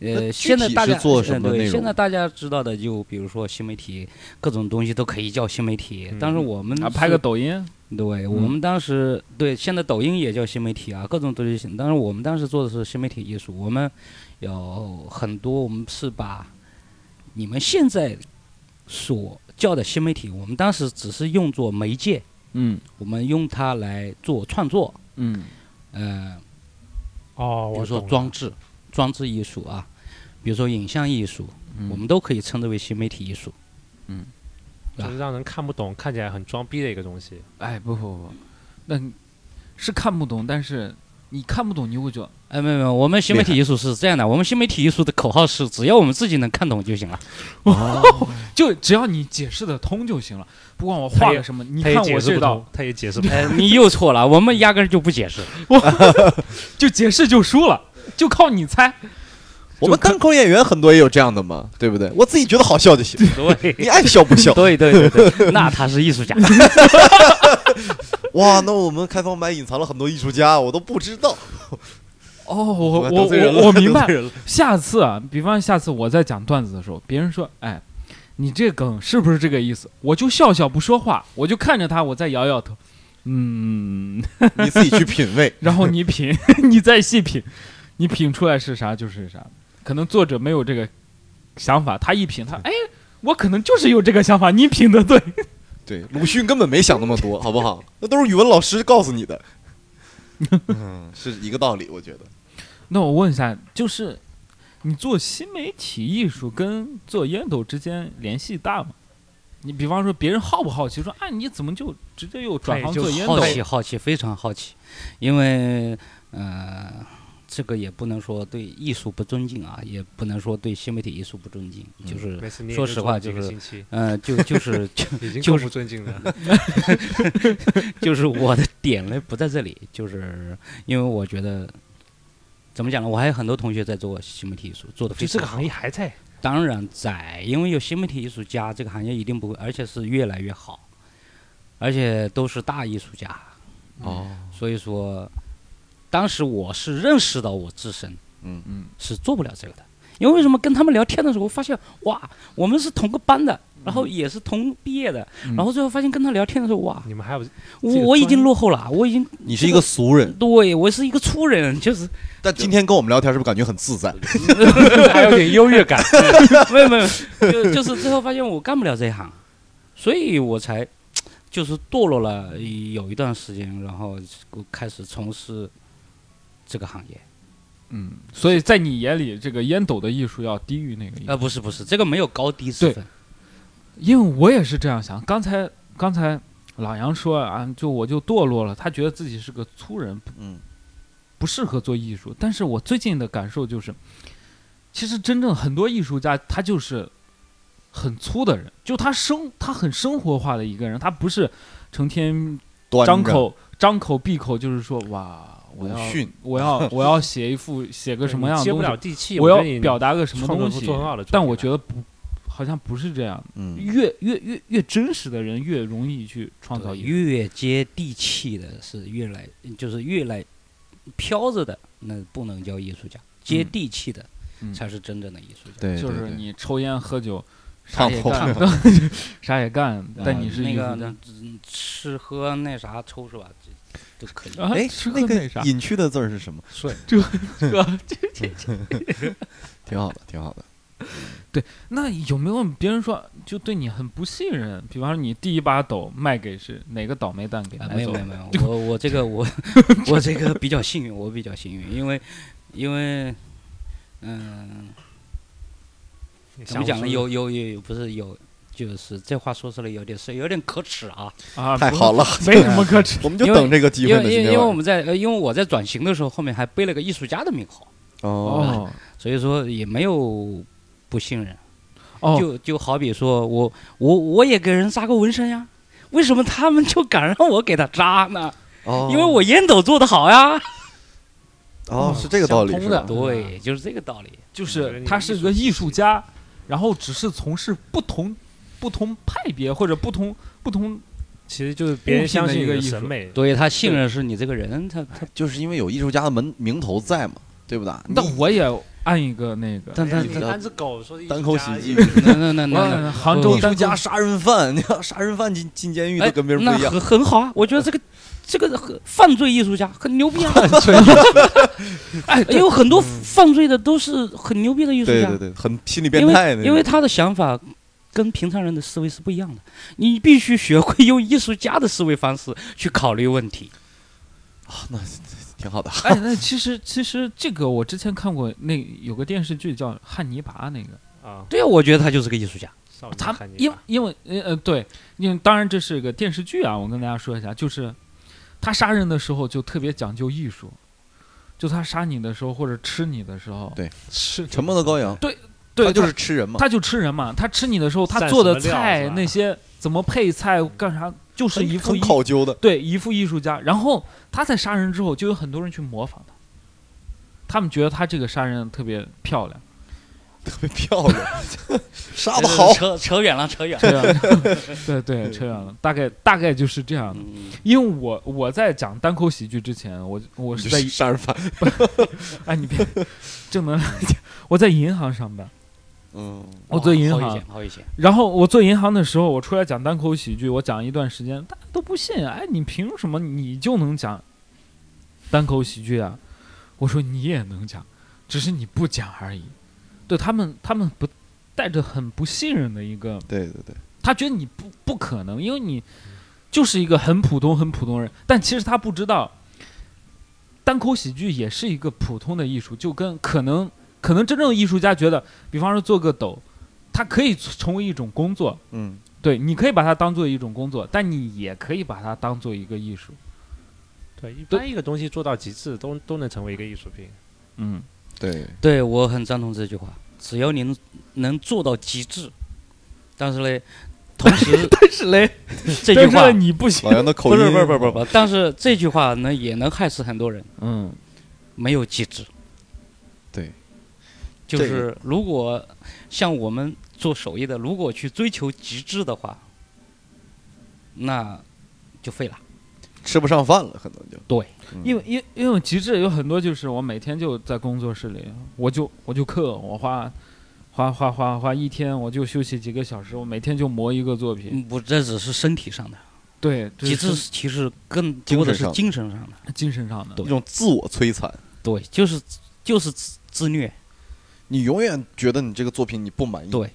呃，
那
现在
具体
大
是
家
做
呃
什么
对
内
现
容
在大家知道的，就比如说新媒体，各种东西都可以叫新媒体。但是
嗯
我们
啊，拍
是
个抖音，
对，我
嗯
们当时对现在抖音也叫新媒体啊，各种东西。但是我们当时做的是新媒体艺术，我们有很多，我们是把你们现在所叫的新媒体，我们当时只是用作媒介，
嗯
我们用它来做创作，
嗯
呃，
哦，
比
我
如说
懂了
装置、装置艺术啊，比如说影像艺术，
嗯
我们都可以称之为新媒体艺术。
就是让人看不懂，看起来很装逼的一个东西。
哎，不不不，那你是看不懂，但是你看不懂，你会觉得
哎，没有没有，我们新媒体艺术是这样的，我们新媒体艺术的口号是只要我们自己能看懂就行了。
就只要你解释得通就行了，不管我画个什么，你
他
看
也
我
解释
这
不
道
通，他也解释不通。
哎，你又错了，我们压根儿就不解释。
就解释就输了，就靠你猜。
我们单口演员很多也有这样的嘛，对不对？我自己觉得好笑就行，
对，
你爱笑不笑？
对对对对， 那他是艺术家。
哇，那我们开放班隐藏了很多艺术家，我都不知道。
哦，我我
得罪人了
我我明
得
白
罪，人了
下次啊，比方下次我在讲段子的时候，别人说，哎，你这梗是不是这个意思？我就笑笑不说话，我就看着他，我再摇摇头，嗯，
你自己去品 味。
然后你品，你再细品，你品出来是啥就是啥。可能作者没有这个想法，他一品，他哎，我可能就是有这个想法，你品的对。
对，鲁迅根本没想那么多，好不好？那都是语文老师告诉 你的。嗯，是一个道理，我觉得。
那我问一下，就是你做新媒体艺术跟做烟斗之间联系大吗？你比方说别人好不好奇说，哎，你怎么就直接又转行做烟斗
好？奇好奇，非常好奇，因为呃，这个也不能说对艺术不尊敬啊，也不能说对新媒体艺术不尊敬，就是
没事你也
说
就
实
做
话
几
就
个
是
星期
呃，就就是就
已经够
就是
不尊敬了。
就是我的点呢不在这里，就是因为我觉得。怎么讲呢？我还有很多同学在做新媒体艺术，做的非
就这
常
个
好。
行业还在，
当然在，因为有新媒体艺术家，这个行业一定不会，而且是越来越好，而且都是大艺术家。
哦，
所以说，当时我是认识到我自身
嗯
嗯
是做不了这个的，因为为什么跟他们聊天的时候，我发现哇，我们是同个班的，然后也是同毕业的，
嗯
然后最后发现跟他聊天的时候，哇，
你们还有
我
这个
我已
专
经落后了，我已经
你是一个俗人，
对我是一个粗人， 就是
但今天跟我们聊天是不是感觉很自在？
还有点优越感，
没有没有，就就是最后发现我干不了这一行，所以我才就是堕落了有一段时间，然后开始从事这个行业。
嗯，所以在你眼里，这个烟斗的艺术要低于那个艺术，
呃，不是不是，这个没有高低
嗯
之
对
分。
因为我也是这样想。刚才刚才老杨说啊，就我就堕落了，他觉得自己是个粗人，不
嗯，
不适合做艺术。但是我最近的感受就是，其实真正很多艺术家他就是很粗的人，就他生他很生活化的一个人，他不是成天
端
张
着
口张口闭口就是说哇，我
鲁
要
迅，
我要 我要写一副写个什么样的
接
东
不
西
了，地气，
我要
觉得你
表达个什么
创作
东
出
西
做，很好的作品来，
但我觉得不，好像不是这样。
嗯，
越越越越真实的人，越容易去创造
对
艺术。
越接地气的是越来，就是越来飘着的，那不能叫艺术家，接
嗯
地气的
嗯
才是真正的艺术家。
对，
就是
对对
你抽烟喝酒，啥
烫
也
头
干， 啥也
嗯
干，但
啊
你是
那
艺术
个
家。
嗯吃喝那啥抽是吧？这都可以。
啊
哎
吃，喝
那个
那啥
隐去的字儿是什么？
睡，
挺好的，挺好的。
那有没有别人说就对你很不信任？比方说你第一把斗卖给是哪个倒霉蛋给
啊，
买
没有
走
没有
了？
没有，我我这个我我这个比较幸运，我比较幸运，因为因为嗯、怎么讲呢？有有有有不是有，就是这话说出来有点是有点可耻啊，
啊，
太
不
好了，
没什么可耻。
我们就
因为
等这个机
因
会呢。
为
今
因
天
为因为
晚
我
上
们在呃因为我在转型的时候，后面还背了个艺术家的名号，
哦，
哦
所以说也没有不信任。
哦，
就就好比说我我我也给人扎过纹身呀，为什么他们就敢让我给他扎呢？
哦
因为我烟斗做得好呀。
哦是这个道理，
相通
是吧
的
对，就是这个道理。
就是他是个艺术家，然后只是从事不同不同派别或者不同不同
其实就是别人相信你的审美，
对哎他信任是你这个人，他他
就是因为有艺术家的门名头在嘛，对不对？
但
你
我也按一个那个，
但但
你
安只狗说
单口喜剧，
那那那那
我
那
杭
都
州
艺
单
术
口
家杀人犯，你看杀人犯进进监狱
哎
都跟别人不
那
一样。
很很好啊，我觉得这个这个很犯罪艺术家很牛逼啊，
哎，
因为很多犯罪的都是很牛逼的艺术
对
家
对，对，很心理
因
变态
为
呢。
因为他的想法。跟平常人的思维是不一样的，你必须学会用艺术家的思维方式去考虑问题。
啊那挺好的。
哎，那其实其实这个我之前看过，那有个电视剧叫《汉尼拔》，那个
啊，
对啊，我觉得他就是个艺术家。
少女
他
看你
因
吧
因为呃呃对，因为当然这是个电视剧啊，我跟大家说一下，就是他杀人的时候就特别讲究艺术，就他杀你的时候或者吃你的时候，
对
是
沉默的羔羊，
对，
他就
他
是吃人嘛。
他就吃人嘛，他吃你的时候，他
蘸
做的
什么料
菜
是吧
那些怎么配菜干啥，就是
很
一副
很
艺
考究的，
对，一副艺术家。然后他在杀人之后，就有很多人去模仿他，他们觉得他这个杀人特别漂 亮。
特别漂亮，杀
哦
的好。
扯扯远了，扯远 了。
对啊对对，扯远 了，大概大概就是这样的。
嗯，
因为我我在讲单口喜剧之前，我我
我
是
是
在
杀人犯，
哎，你别正能量，我在银行上班，
嗯，
我做银
好
行
一些，好一些。
然后我做银行的时候，我出来讲单口喜剧，我讲一段时间，大家都不信，哎，你凭什么你就能讲单口喜剧啊？我说你也能讲，只是你不讲而已。对他们，他们不带着很不信任的一个，
对对对，
他觉得你不不可能，因为你就是一个很普通、很普通人。但其实他不知道，单口喜剧也是一个普通的艺术，就跟可能可能真正的艺术家觉得，比方说做个抖，它可以成为一种工作，
嗯，
对，你可以把它当做一种工作，但你也可以把它当做一个艺术。
对，一般一个东西做到极致，都都能成为一个艺术品。
嗯，
对，
对我很赞同这句话，只要您能做到极致，但是嘞，同 时
但是嘞，
这句话
你不行
老。杨的口
不
音，
是不是不是不是不是，但是这句话呢也能害死很多人，
嗯，
没有极致。
对，
就
这个
是如果像我们做手艺的，如果去追求极致的话，那就废了。
吃不上饭了，可能就嗯
对，
因为因因为极致有很多就是我每天就在工作室里，我就我就刻，我花花花花花一天，我就休息几个小时，我每天就磨一个作品。
嗯不，这只是身体上的，
对，这
极致
是
其实更多的是
精
精神上的。
精神上的。
一种自我摧残。
对，就是就是自自虐。
你永远觉得你这个作品你不满意，
对，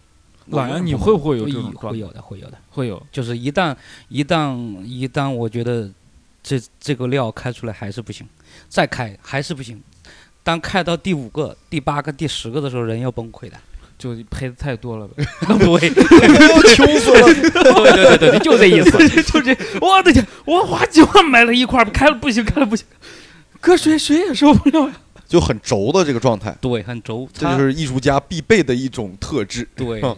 老杨，你会不会有
会
这种状
会
态？
有的，会有的。
会有。
就是一旦一旦一旦我觉得这这个料开出来还是不行，再开还是不行。当开到第五个、第八个、第十个的时候，人要崩溃的。
就赔的太多了 呗。
那不会，
穷死了。
对对对对对，就这意思。
就这，我的天，我花几万买了一块，开了不行，开了不行，搁谁谁也受不了呀。
就很轴的这个状态，
对，很轴，
这
他
就是艺术家必备的一种特质。
对
嗯。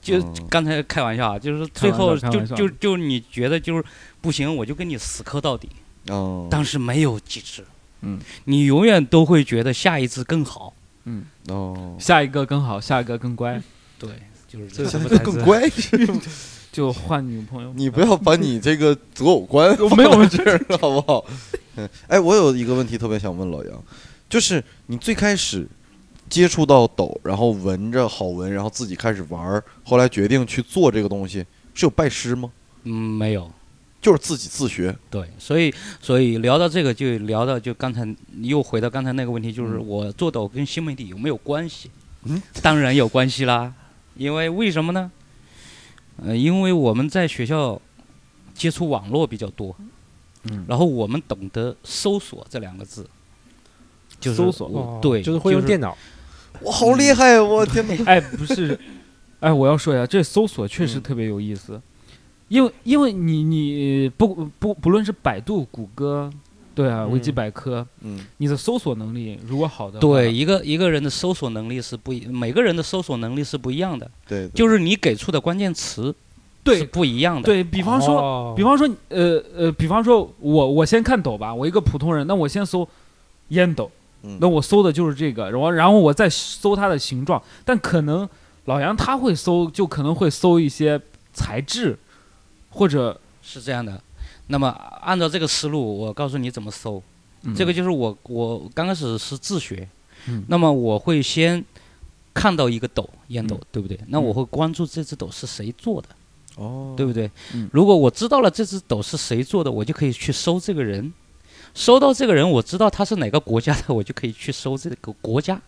就
嗯
刚才开玩笑啊，就是最
哦开玩笑
后
开
就
玩笑
就就你觉得就是不行，我就跟你死磕到底。
嗯，
但是没有极致，
哦嗯，
你永远都会觉得下一次更好。
嗯，
哦，
下一个更好，下一个更乖，
对，就是
这
这
是
下
什
样
么
一
台
个
词
更乖。
就换女朋友。
你不要把你这个择偶 观
我没有
放到这儿，好不好？嗯，哎，我有一个问题特别想问老杨，就是你最开始接触到抖，然后闻着好闻，然后自己开始玩儿，后来决定去做这个东西，是有拜师吗？
嗯，没有。
就是自己自学，
对，所以所以聊到这个就聊到就刚才又回到刚才那个问题，就是
嗯
我做抖跟新媒体有没有关系？
嗯，
当然有关系啦，因为为什么呢？呃，因为我们在学校接触网络比较多，
嗯
然后我们懂得搜索这两个字，就是
搜索
我
哦
对，
就是会用电脑，
我好厉害啊！我天哪！
哎，不是，哎，我要说一下，这搜索确实
嗯
特别有意思，因为因为你你不不不论是百度、谷歌，对啊，维基
嗯
百科，
嗯，
你的搜索能力如果好的话，
对，一个一个人的搜索能力是不一，每个人的搜索能力是不一样的，
对，对
就是你给出的关键词是
对
不一样的。，
对，比方说，
哦
比方说，呃呃，比方说我我先看抖吧，我一个普通人，那我先搜烟斗，
嗯
那我搜的就是这个，然后然后我再搜它的形状，但可能老杨他会搜，就可能会搜一些材质，或者
是这样的。那么按照这个思路，我告诉你怎么搜。这个
就
就是我我刚开始是自学，
嗯
那么我会先看到一个抖烟斗，
嗯
对不对？那我会关注这只抖是谁做的，
哦，
对不对？
嗯
如果我知道了这只抖是谁做的，我就可以去搜这个人。搜到这个人，我知道他是哪个国家的，我就可以去搜这个国家。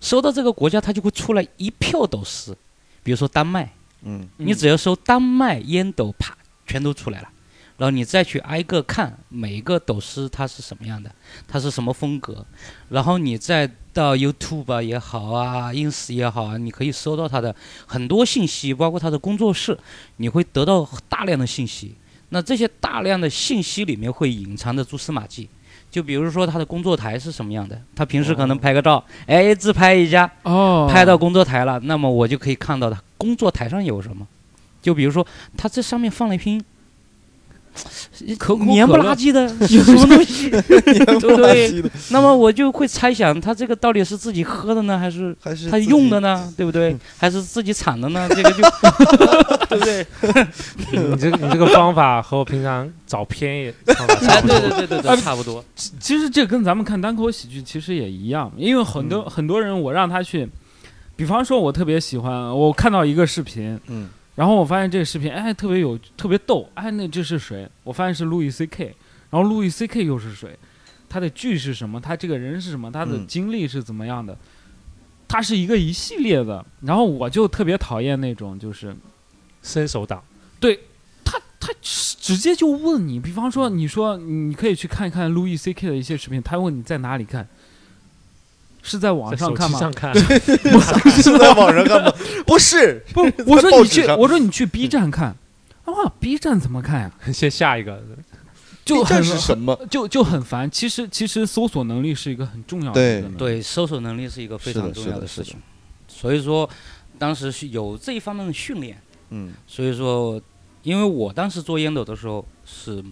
搜到这个国家，他就会出来一票抖丝，比如说丹麦，
嗯，
嗯
你只要搜丹麦烟斗，啪，全都出来了。然后你再去挨个看每一个抖丝它是什么样的，它是什么风格，然后你再到 YouTube 啊也好啊，Ins 也好啊，你可以搜到它的很多信息，包括它的工作室，你会得到大量的信息。那这些大量的信息里面会隐藏着蛛丝马迹，就比如说他的工作台是什么样的，他平时可能拍个照，哎，自拍一下，
哦，
拍到工作台了，那么我就可以看到他工作台上有什么。就比如说，他这上面放了一瓶
可口可乐
呃黏不拉几 的什么东西，对不 对？
的
那么我就会猜想，他这个到底是自己喝的呢，还是
还是
他
自己
用的呢？对不对？还是自己产的 呢？这个就对不对？
你这你这个方法和我平常找偏也方法差
哎，
不
对
多。
对对对对，差不多。哎
其实这跟咱们看单口喜剧其实也一样，因为很多、很多人我让他去，比方说我特别喜欢，我看到一个视频，
嗯，
然后我发现这个视频，哎，特别有，特别逗，哎，那这是谁？我发现是路易 C K，然后路易 C K 又是谁？他的剧是什么？他这个人是什么？他的
嗯
经历是怎么样的？他是一个一系列的，然后我就特别讨厌那种，就是
伸手党，
他他直接就问你，比方说
嗯
你说你可以去看一看路易 C K 的一些视频，他问你在哪里看，是在网
在
上
手
看
机
吗？
上看，
是在网上看吗？不是，
不，我说
报
你
纸
去，
上
我说你
嗯
去 B 站看，啊，B 站怎么看呀、
先下一个。
就
这
很
是什么？
就就很烦。其实其实搜索能力是一个很重要的
对
一个能力，
对，搜索能力是一个非
是的
常重
是
要
的
的
是
事
的
情，所以说当时是有这一方面的训练。
嗯
所以说，因为我当时做烟斗的时候是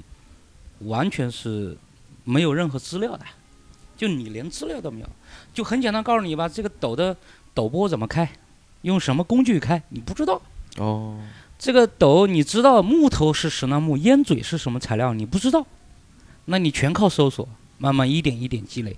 完全是没有任何资料的，就你连资料都没有，就很简单告诉你吧，这个斗的斗波怎么开，用什么工具开，你不知道。
哦，
这个斗你知道木头是什么木，烟嘴是什么材料，你不知道，那你全靠搜索，慢慢一点一点积累。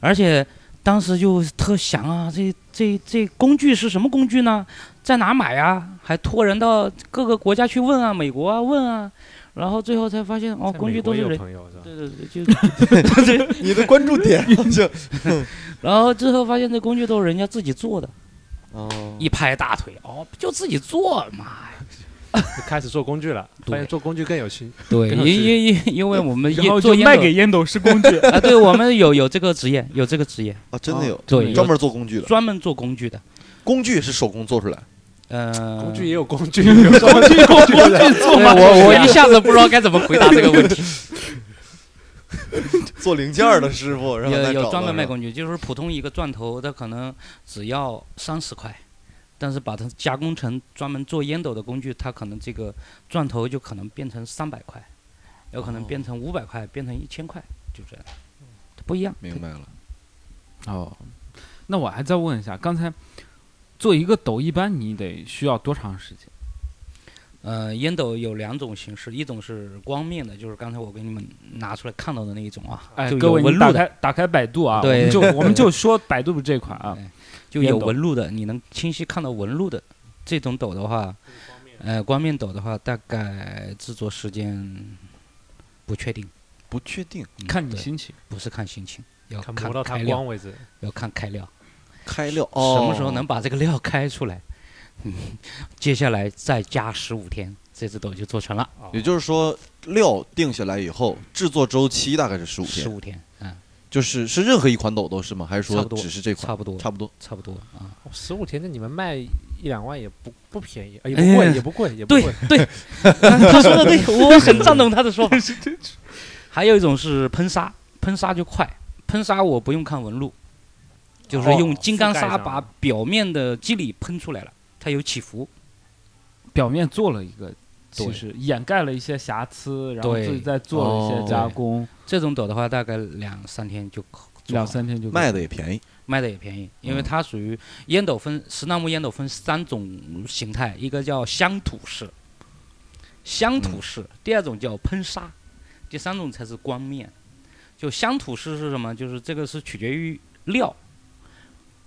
而且当时就特想啊，这这这工具是什么工具呢？在哪买啊？还托人到各个国家去问啊，美国啊问啊，然后最后才发现哦，
在
工
美
具
国
都是
也有
人。
朋友是吧？
对对对，就对。
你的关注 点就
然后之后发现这工具都是人家自己做的，
哦，
一拍大腿，哦，不就自己做嘛？
就开始做工具了，发
对
现做工具更有趣。
对，因
更有趣
因因因为我们
然后
做
就
烟
卖
斗
给烟斗是工具，
啊，对我们有有这个职业，有这个职业
啊，真的有
哦对
专门做工具的，
专门做工具的，
工具是手工做出来，
呃，
工具也有工 具，有工具工具人
对我我一下子不知道该怎么回答这个 问题。
做零件儿的师傅，然后
有
再
有
找
专
到
门卖
是吧
工具，就是普通一个钻头，它可能只要三十块，但是把它加工成专门做烟斗的工具，它可能这个钻头就可能变成三百块，有可能变成五百块，变成一千块，就这样，它不一样。
明白了，
哦，那我还再问一下，刚才做一个斗，一般你得需要多长时间？
呃，烟斗有两种形式，一种是光面的，就是刚才我给你们拿出来看到的那一种啊，
哎，
就
各
有
位，
纹
你
路
打
的，
开打开百度啊，
对
我们 就我们就说百度这款啊
哎，就
烟
有
斗
纹路的，你能清晰看到纹路的这种斗的话，呃，光面斗的话，大概制作时间不确定，
不确定
嗯
看你
对
心情。
不是看心情，要
看
看
磨到它
开料，
光为止。
要看开料，
开料
什
哦，
么时候能把这个料开出来？嗯接下来再加十五天，这只斗就做成了，
哦
也就是说，料定下来以后，制作周期大概是十五
十
天，
五天，嗯，
就是是任何一款斗斗是吗？还是
差
说
不多
只是这
差
款？
不多，
差不多，
差不多啊。
哦十五天，那你们卖一两万也不不便宜，呃也
哎
不贵，也不贵，也不
对
贵。
对，他说的对，我很赞同他的说法。还有一种是喷砂，喷砂就快，喷砂我不用看纹路，就是
哦
用金刚
覆盖
砂
上
把表面的肌理喷出来了，它有起伏。
表面做了一个，其
对
实掩盖了一些瑕疵，然后
对
自己再做了一
哦
些加工，
这种斗的话，大概两三天就可做
两
好
三天就
卖
的。
的也便宜，
卖的也便宜，因为
嗯
它属于烟斗分石楠木烟斗分三种形态，一个叫乡土式，乡土式；第二种叫喷砂，第三种才是光面。就乡土式是什么？就是这个是取决于料，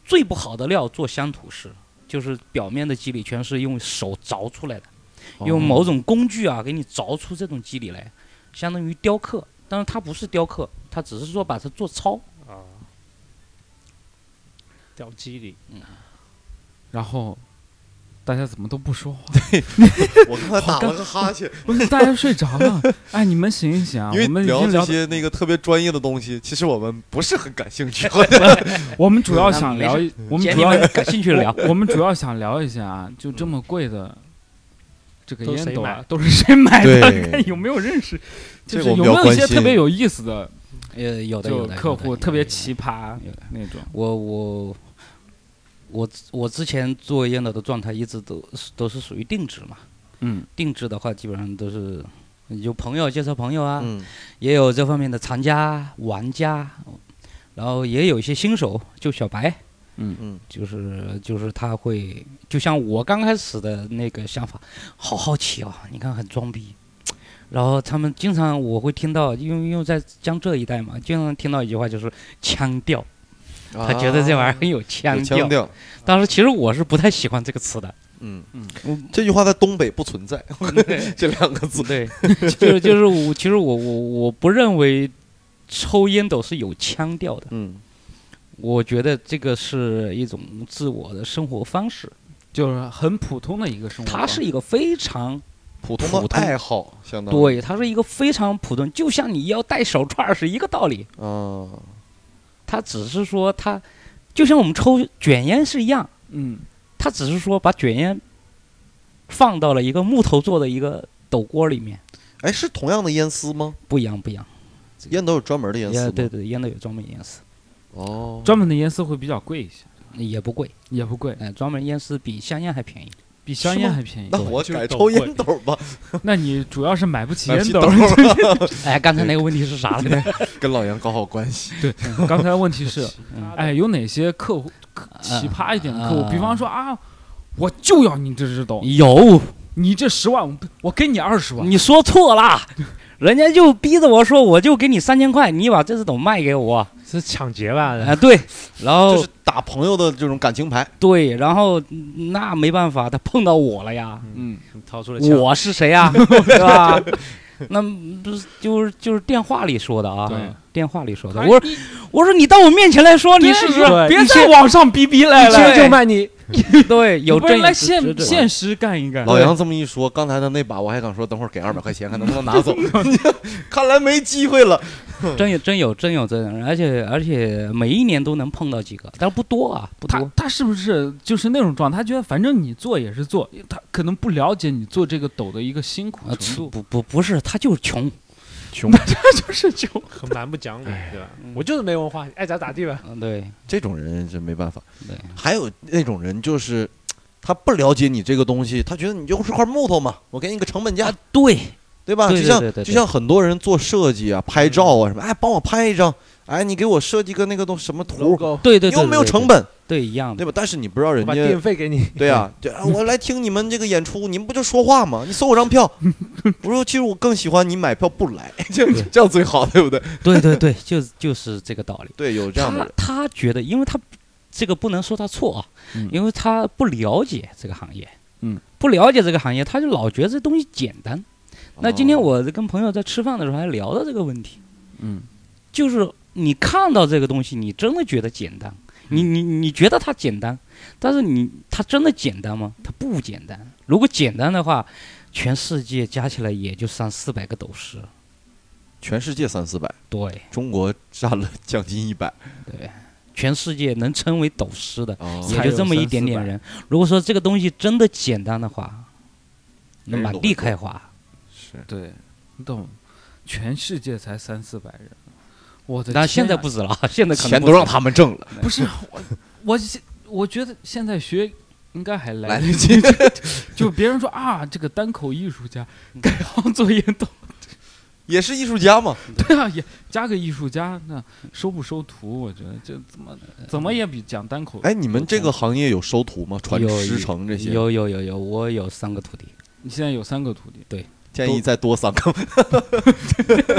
最不好的料做乡土式，就是表面的肌理全是用手凿出来的，
哦
用某种工具啊给你凿出这种肌理来，相当于雕刻，但是它不是雕刻，它只是说把它做糙。
啊，掉肌理，
然后大家怎么都不说话，
我刚才打了个哈 欠，
不是大家睡着了。哎，你们醒一醒啊，
因为
我们已
聊
经
这
聊到，
些那个特别专业的东西，其实我们不是很感兴 趣，好像
我们主要
嗯
想
没
聊
事
一，我们
姐
主
你
要
们感兴趣的聊。 嗯
我我们主要想聊一下啊，就这么贵的这个
都谁
烟斗啊
买，
都是谁买的？
对
看有没有认识，
这
就
个
是
我
有
们
没有一些
比较关心
特别有意思的，
呃，有的有
就
的
客
有的有
户
的
特别
有的
奇葩那种。
我我我我之前做烟斗的状态一直都是都是属于定制嘛，
嗯，
定制的话基本上都是有朋友介绍朋友啊，
嗯，
也有这方面的藏家玩家，然后也有一些新手，就小白，
嗯
嗯，
就是就是他会，就像我刚开始的那个想法，好好奇啊，你看很装逼。然后他们经常我会听到，因为因为在江浙一带嘛，经常听到一句话就是腔调，他觉得这玩意儿很有
啊
腔
有腔调，
当时其实我是不太喜欢这个词的，
嗯
嗯
嗯，这句话在东北不存在， 这两个 字，
对，就是就是我其实我我我不认为抽烟斗是有腔调的。
嗯，
我觉得这个是一种自我的生活方式，
就是很普通的一个
嗯
生活
它
方式。
是一个非常
普通
普
的
通
爱好，相当于，
对，它是一个非常普通，就像你要戴手串儿是一个道理。
啊，
它只是说它，就像我们抽卷烟是一样，
嗯，
它只是说把卷烟放到了一个木头做的一个斗锅里面，
哎，是同样的烟丝吗？
不一样不一样。
烟斗有专门的烟丝
也
吗？
对对，烟斗有专门烟丝，
哦，
专门的烟丝会比较贵一些，
也不贵，
也不贵，
哎、专门烟丝比香烟还便宜。
比香
是
烟
吗
还便宜。
那
对
我
就是
改
斗
抽
贵
烟斗 吧，
那你主要是买不起
买不
烟
起
斗
斗。
哎，刚才那个问题是 啥来着？
跟老杨搞好关系。
刚才问题是，
嗯
哎，有哪些客户客
啊
奇葩一点的客户？
啊
比方说啊，我就 要你这只斗，
有，
你这十万，我给你二十万。
你说错啦。人家就逼着我说，我就给你三千块，你把这只董卖给我啊、
是抢劫 吧？
对，然后、
就是打朋友的这种感情牌，
对，然后嗯那没办法，他碰到我了呀，
嗯，
掏出了枪，
我是谁呀、 对吧？那不是就是就是电话里说的啊？
对，
电话里说的。我说我说你到我面前来说，你
对
是不
你
是？
对
别
一
在
些
网上逼逼哎赖
一
赖，
切就卖你，
对，有
你不是
证
来
有
现
实证
现实干一干。
老杨这么一说，刚才他那把我还想说，等会儿给二百块钱，看能不能拿走。看来没机会了。
真有真有真有真有，而且而且每一年都能碰到几个，但是不多啊，不
他
多。
他是不是就是那种状态？他觉得反正你做也是做，他可能不了解你做这个抖的一个辛苦
啊，
程度。
不不不是，他就是穷，
穷，
就是就
很蛮不讲理，
哎
对吧？我就是没文化，爱咋咋地吧。
嗯，对
这种人真没办法。
对，
还有那种人就是，他不了解你这个东西，他觉得你就是块木头嘛，我给你个成本价，
啊对，
对吧？
对对
就像
对嗯对对
就像很多人做设计啊、拍照啊什么，哎，帮我拍一张，哎，你给我设计个那个东什么图，
对对对，
又没有
对
成，本，
对对一样的，
对吧？但是你不知道人
我把
家
电。费给你，
对啊，对啊，我来听你们这个演出，你们不就说话吗？你收我张票，我说其实我更喜欢你买票不来， 这
嗯
这样最好，对不对？
对对对，就就是这个道理。
对， 有这样的
他
人，
他觉得，因为他这个不能说他错啊，
嗯
因为他不了解这个行业，
嗯，
不了解这个行业，他就老觉得这东西简单。
哦
那今天我跟朋友在吃饭的时候还聊到这个问题，
嗯，
就是你看到这个东西，你真的觉得简单，
嗯
你你你觉得它简单，但是你它真的简单吗？它不简单。如果简单的话，全世界加起来也就三四百个斗士。
全世界三四百，
对
中国占了将近一百，
对，全世界能称为斗士的
哦
也就这么一点点人。如果说这个东西真的简单的话，那
人
满
都会
地
做
开花。
是
对，你懂，全世界才三四百人，我的天啊！
但现在不止了 啊，现在可能
钱都
不止
让
了
他们挣了，
不是我，我现我觉得现在学应该还来
来
得
得及。
就别人说啊，这个单口艺术家改行做烟斗，
也是艺术家 嘛，
嗯
对啊，也加个艺术家，那收不收徒？我觉得这怎么怎么也比讲单口
哎，你们这个行业有收徒吗？传
有
师承这些，
有有有有，我有三个徒弟，
你现在有三个徒弟，
建议再多三个。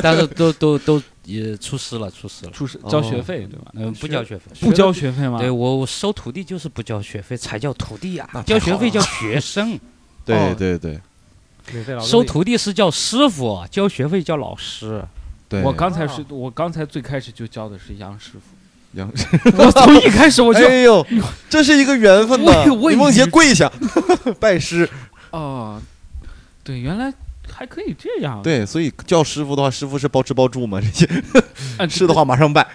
但是都都都也出师了，出 师了。
出师
哦
交学费对吧？
嗯、不交学费，
不交学费吗？
对我我收徒弟就是不交学费才叫徒弟呀、
那太
交学
好
费
了
叫学 生，
对
哦
对对
免费劳动力
收徒弟是叫师傅，啊交学费叫老师。
对，
我刚才是我刚才最开始就教的是杨师傅，
杨，
我从一开始 我就
哎呦，这是一个缘分呐！
我我
李梦洁跪下 拜师。
哦，对，原来还可以这样，，
对，所以叫师傅的话，师傅是包吃包住嘛，这 些
按
吃的话马上拜。
啊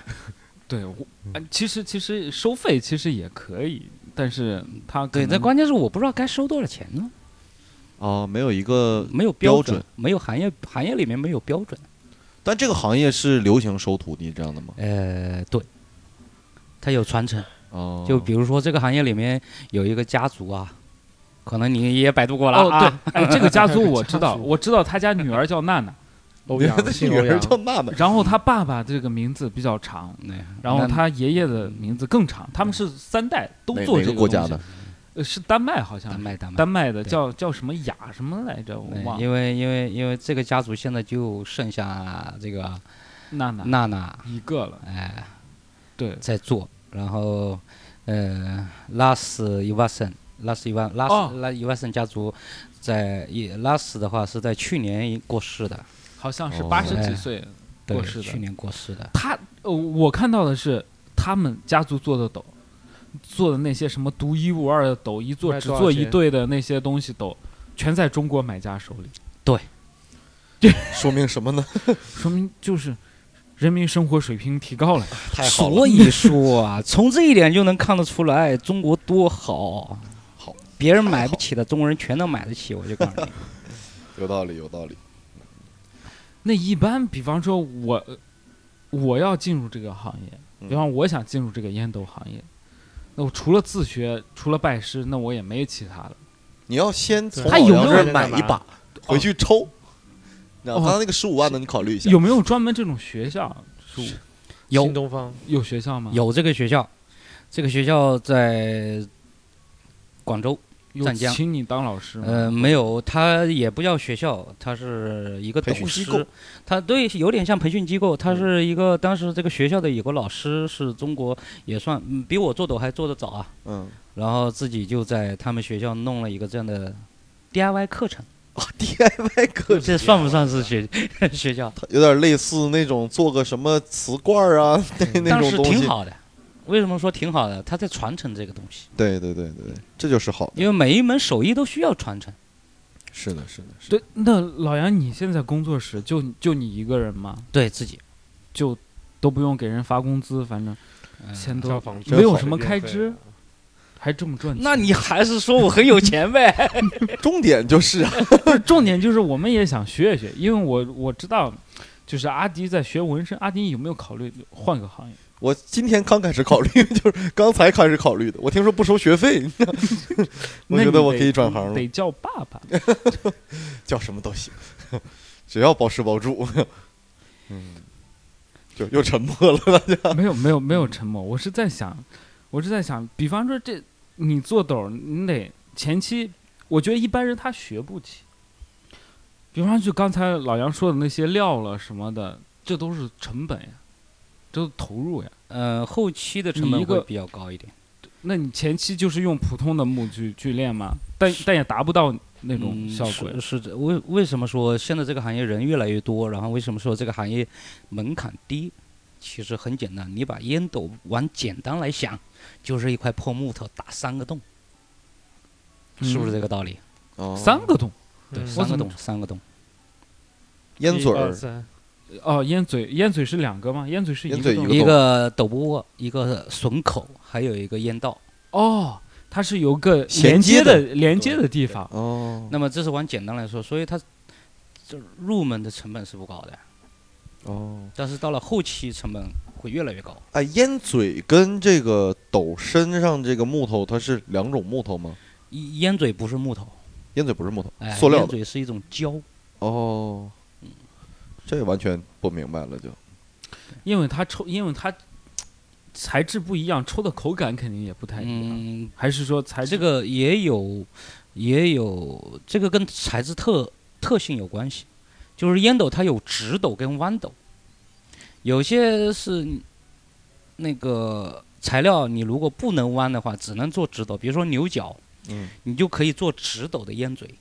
对，我啊，其实其实收费其实也可以，但是他可
对，
能
但关键是我不知道该收多少钱呢，
哦，没有一个，
没有
标
准，
准
没有行业行业里面没有标准。
但这个行业是流行收徒弟这样的吗？
呃，对，它有传承。
哦，
就比如说这个行业里面有一个家族啊，可能你也百度过了啊。
哦，对，哎，这个家族我知 道，
家族
我知道他家女儿叫娜 娜，
欧
人家
阳，
的
姓
女
欧
儿
阳，
叫娜娜。
然后他爸爸这个名字比较长，
对，
然后
那
他爷爷的名字更长，他们是三代 都
哪
做
哪
这
个国家
东西
的？？
呃，是丹麦好像
丹
是，
麦丹麦
丹麦的
嗯对
叫叫什么雅什么来着？我
对
忘了。
哎因为因为因为这个家族现在就剩下这
啊
个
娜娜
娜娜，
一个了，
嗯哎，
对，
在做，然后呃，拉斯伊万森，拉斯伊万拉
哦
斯拉伊万森家族在伊拉斯的话是在去年过世的，
好像是
哦
八十几
哎
岁
对
过世
去
的。
年过世的。
他呃，我看到的是他们家族做的斗，做的那些什么独一无二的斗，一做
卖
只
多少
做一
钱
对的那些东西斗，全在中国买家手里。
说明什么呢？
说明就是人民生活水平提高了。
太好了
所，以说啊，从这一点就能看得出来，中国多好。
好，
别人买不起的，中国人全能买得起。我就告 诉你，
有道理，有道理。
那一般，比方说我我要进入这个行业，
嗯
比方我想进入这个烟斗行业，那我除了自学，除了拜师，那我也没其他的。
你要先从
对
他有
老杨
没
这
有
儿
人
买
干嘛
一把，回去抽。那
哦
刚才那个十五万的，你考虑一下。
有没有专门这种学校？是
有
新东方，
有学校吗？
有这个学校，这个学校在广州，
有
湛江
请你当老师吗？
呃，没有，他也不叫学校，他是一个
培
导
训机
师
构，
他对有点像培训机构，他是一个当时这个学校的有个老师是中国也算嗯比我做的还做得早啊，
嗯
然后自己就在他们学校弄了一个这样的 DIY 课程，
啊，DIY 课
这算不算是学
啊
学校？
有点类似那种做个什么瓷罐儿啊，那那
当
种
时
东西
挺。好的，为什么说挺好的？他在传承这个东西，
对对对对，这就是好的。
因为每一门手艺都需要传承。
是的，是的，是的。
对，那老杨，你现在工作室就就你一个人吗？
对自己，
就都不用给人发工资，反正
嗯
钱
交
都
房租
没有
好
什么开支，还这么赚钱。
那你还是说我很有钱 呗？
重点就是啊，
不是 重点就是我们也想学一学，因为我我知道，就是阿迪在学纹身，阿迪有没有考虑换个行业？
我今天刚开始考虑，就是刚才开始考虑的。我听说不收学费，我
那
觉
你
得我
得
可以转行了
得叫爸爸。
叫什么都行， 只要包吃包住。 嗯，就又沉默了，大家。
没有没有没有沉默，我是在想，我是在想，比方说这你做斗儿，你得前期，我觉得一般人他学不起。比方就刚才老杨说的那些料了什么的，这都是成本呀，这都投入呀。
呃，后期的成
你一
本
个
会比较高一点。
那你前期就是用普通的木去去练吗？但但也达不到那种
嗯
效果呀。
是是的，为为什么说现在这个行业人越来越多？然后为什么说这个行业门槛低？其实很简单，你把烟斗往简单来想，就是一块破木头打三个洞，是
嗯
不是这个道理？
哦
三个洞？
对，
嗯
嗯
我
三
怎
个
么
洞，三个洞。
烟嘴
呃
儿，
哦，烟嘴烟嘴是两个吗？烟嘴是一
烟
个
嘴
洞
一
一
洞
个斗波，一个榫口，还有一个烟道。
哦，它是有个
衔
连接
接的
连接的地
对
方。
哦
那么这是往简单来说，所以它这入门的成本是不高的，
哦，
但是到了后期成本会越来越高。
哎，烟嘴跟这个斗身上这个木头，它是两种木头吗？
烟烟嘴不是木头，
烟嘴不是木头，
哎，
塑料
烟
的。
嘴是一种胶。
哦，这完全不明白了就，
因为它抽，因为它材质不一样，抽的口感肯定也不太一样。
嗯，
还是说材质
这个也有，也有这个跟材质特特性有关系，就是烟斗它有直斗跟弯斗，有些是那个材料你如果不能弯的话，只能做直斗，比如说牛角，
嗯
你就可以做直斗的烟嘴，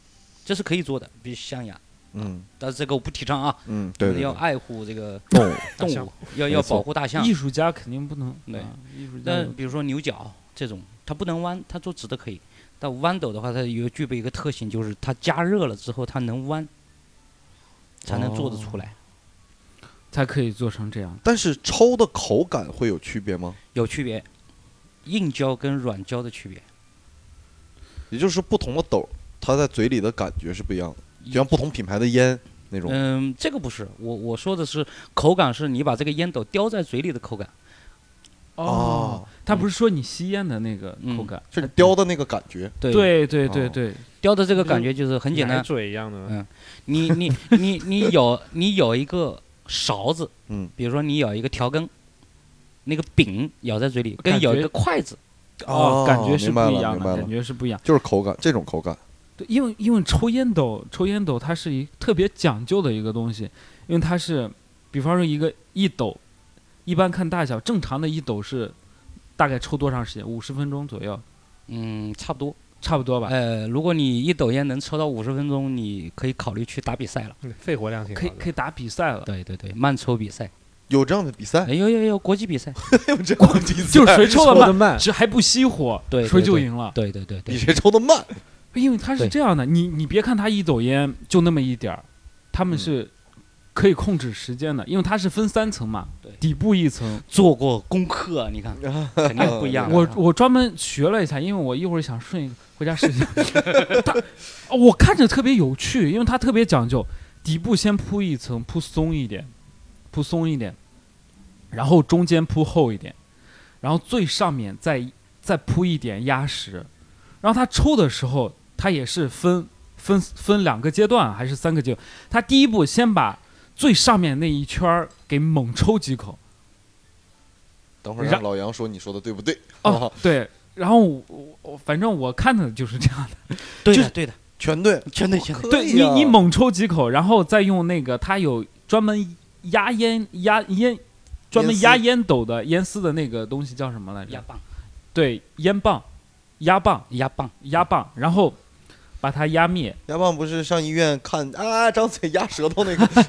这是可以做的，比象牙，
嗯
但是这个我不提倡啊，
嗯，对对
要
对，
爱护这个
动物
动
象
物，要
没
要
错
保护大象
艺。术家肯定不能
对
啊艺术家
但比如说牛角这种，它不能弯，它做直的可以。但弯斗的话，它有具备一个特性，就是它加热了之后，它能弯，才能做得出来，
才可以做成这样。
但是抽的口感会有区别吗？
有区别，硬胶跟软胶的区别。
也就是说不同的斗，它在嘴里的感觉是不一样的，就像不同品牌的烟那种。
嗯，这个不是我我说的是口感，是你把这个烟斗叼在嘴里的口感。
嗯
哦，
他不是说你吸烟的那个
嗯
口感，
是你叼的那个感觉，
对
对对
哦
对对，
叼的这个感觉就是很简单，
嘴一样的
嗯你你你你有你有一个勺子，
嗯，
比如说你有一个调羹，那个饼咬在嘴里，
感
跟有一
觉
个筷子，
哦，感觉是
明
不
白
一
了
样的，
明白
感
了，
觉是不一样。
就是口感，这种口感，
对，因为因为抽烟斗，抽烟斗它是一特别讲究的一个东西，因为它是，比方说一个一斗，一般看大小，正常的一斗是大概抽多长时间？五十分钟左右，
嗯，差不多。
差不多吧。
呃，如果你一抖烟能抽到五十分钟，你可以考虑去打比赛了。
嗯肺活量挺好
可以
的
可以打比赛了，
对对对，慢抽比赛，
有这样的比赛
哎，有有有国际比赛，
有这样的比赛，
就是 谁抽的慢，
慢，
这还不熄火，
对对
谁就
对
赢了。
对对对
比
对，
谁抽的慢。
因为它是
对
这样的，你你别看他一抖烟就那么一点儿，他们
嗯
是可以控制时间的，因为它是分三层嘛
对，
底部一层，
做过功课，你 看肯定不一样的。
我我专门学了一下，因为我一会儿想顺一个回家 试一下。它哦我看着特别有趣，因为它特别讲究，底部先铺一层，铺松一点，铺松一点，然后中间铺厚一点，然后最上面再再铺一点压实。然后它抽的时候，它也是分分分两个阶段还是三个阶段？它第一步先把最上面那一圈儿给猛抽几口，
等会儿
让
让老杨说你说的对不对？
哦，对，然后我我我反正我看的就是这样的，
对
就
的
是
对的，
全对，哦
真的真的。
啊
对你你猛抽几口，然后再用那个它有专门压烟压烟。专门
烟丝
压烟斗的烟丝的那个东西叫什么来
压
着？
棒，
对，烟棒、压棒、
压棒，
压棒，然后把它压灭。
牙棒不是上医院看啊，张嘴压舌头那个，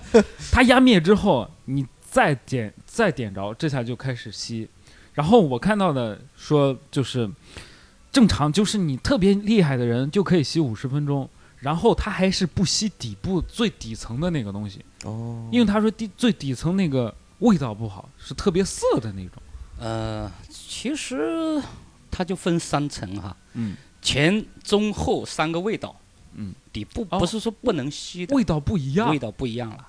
它压灭之后，你再点再点着，这下就开始吸。然后我看到的说就是正常，就是你特别厉害的人就可以吸五十分钟，然后他还是不吸底部最底层的那个东西，
嗯
哦
因为他说底最底层那个味道不好，是特别涩的那种。
呃，其实它就分三层哈，
嗯，
前中后三个味道，
嗯，
底部
哦
不是说不能吸的，
味道不一样
味，道不一样了，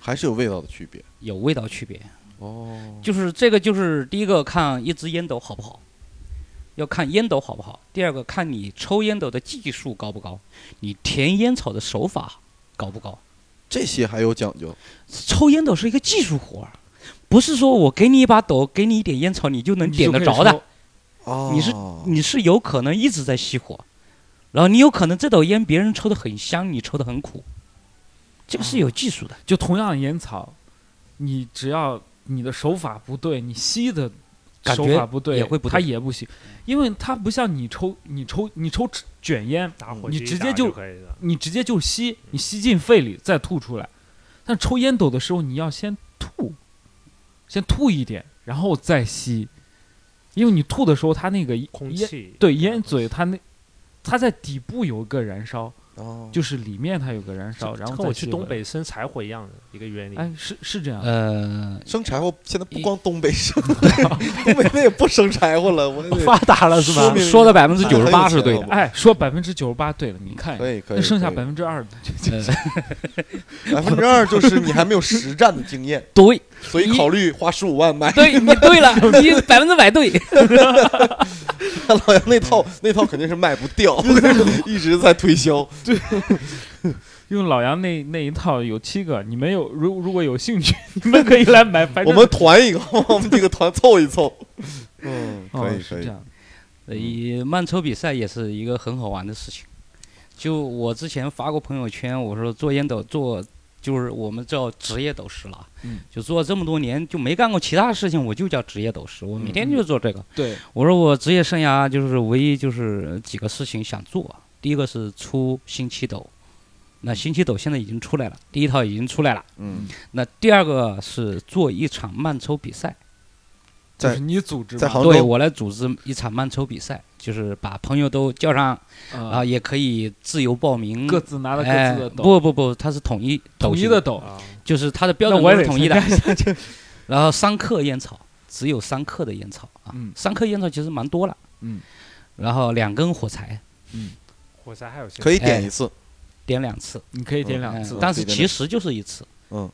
还是有味道的区别。
有味道区别。
嗯
哦，
就是这个，就是第一个看一支烟斗好不好，要看烟斗好不好；第二个看你抽烟斗的技术高不高，你填烟草的手法高不高。
这些还有讲究。
抽烟斗是一个技术活儿，不是说我给你一把斗，给你一点烟草，你就能
你
点
就
得
可以
着的
说。。
哦
你是你是有可能一直在熄火，然后你有可能这斗烟别人抽的很香，你抽的很苦，这个是有技术的。
就同样的烟草，你只要你的手法不对，你吸的
感
手
觉
法不对，
也会不
它
对
也不行，因为它不像你抽你抽你抽卷烟，
打火
你
机
直
一
接
打
就
就可以了。
你直接就吸，你吸进肺里再吐出来。但抽烟斗的时候，你要先吐，先吐一点，然后再吸，因为你吐的时候，它那个
空
烟
气
对烟嘴，它那它在底部有一个燃烧，
哦，
就是里面它有个燃烧，
这
然后
跟我
再
去
吸
东
回来，
北生柴火一样的一个原理。
哎，是是这样的。
呃，
生柴火现在不光东北生， 东北那也不生柴火了，我也得
发达了是
说
吧？
明
说的百分之九十
很有
八
钱
是对
了
的。
我
哎，说百分之九十八对了，你看一
可
下，
以可以，
那剩下
可以
百分之二，
呃
百分之二就是你还没有实战的经验，
对
所以考虑花十五万买
对，你对了，你百分之百对。
老杨那套，那套肯定是卖不掉，一直在推销。
用老杨那那一套有七个，你们有如如果有兴趣， 你们可以来买，反
我
正
们团一个， 我们这个团凑一凑。嗯，可
哦
以
是
可
这
以。
样，
呃，
嗯
以慢抽比赛也是一个很好玩的事情。就我之前发过朋友圈，我说做烟斗做就是我们叫职业斗师了啊，
嗯
就做了这么多年就没干过其他事情，我就叫职业斗师，我每天
嗯
就做这个。
对，
我说我职业生涯就是唯一就是几个事情想做，第一个是出新奇斗，那新奇斗现在已经出来了，第一套已经出来了，
嗯，
那第二个是做一场慢抽比赛。
就
在
是你组织
在
吧
杭州
对我来组织一场慢抽比赛，就是把朋友都叫上，然后
啊，
也可以自由报名。
各自拿了各
哎
自的，斗，
不不不，它是统一
统一
型
的，斗，
啊，
就是它的标
那
准
我
都
也
是
得
统一的
参。
然后三克烟草，只有三克的烟草啊，
嗯
三克烟草其实蛮多了。
嗯，
然后两根火柴
火柴还有
可
以
以点一次。
点两次，
你可以点两
哎
次，
但是
对对
其实就是一次。
嗯，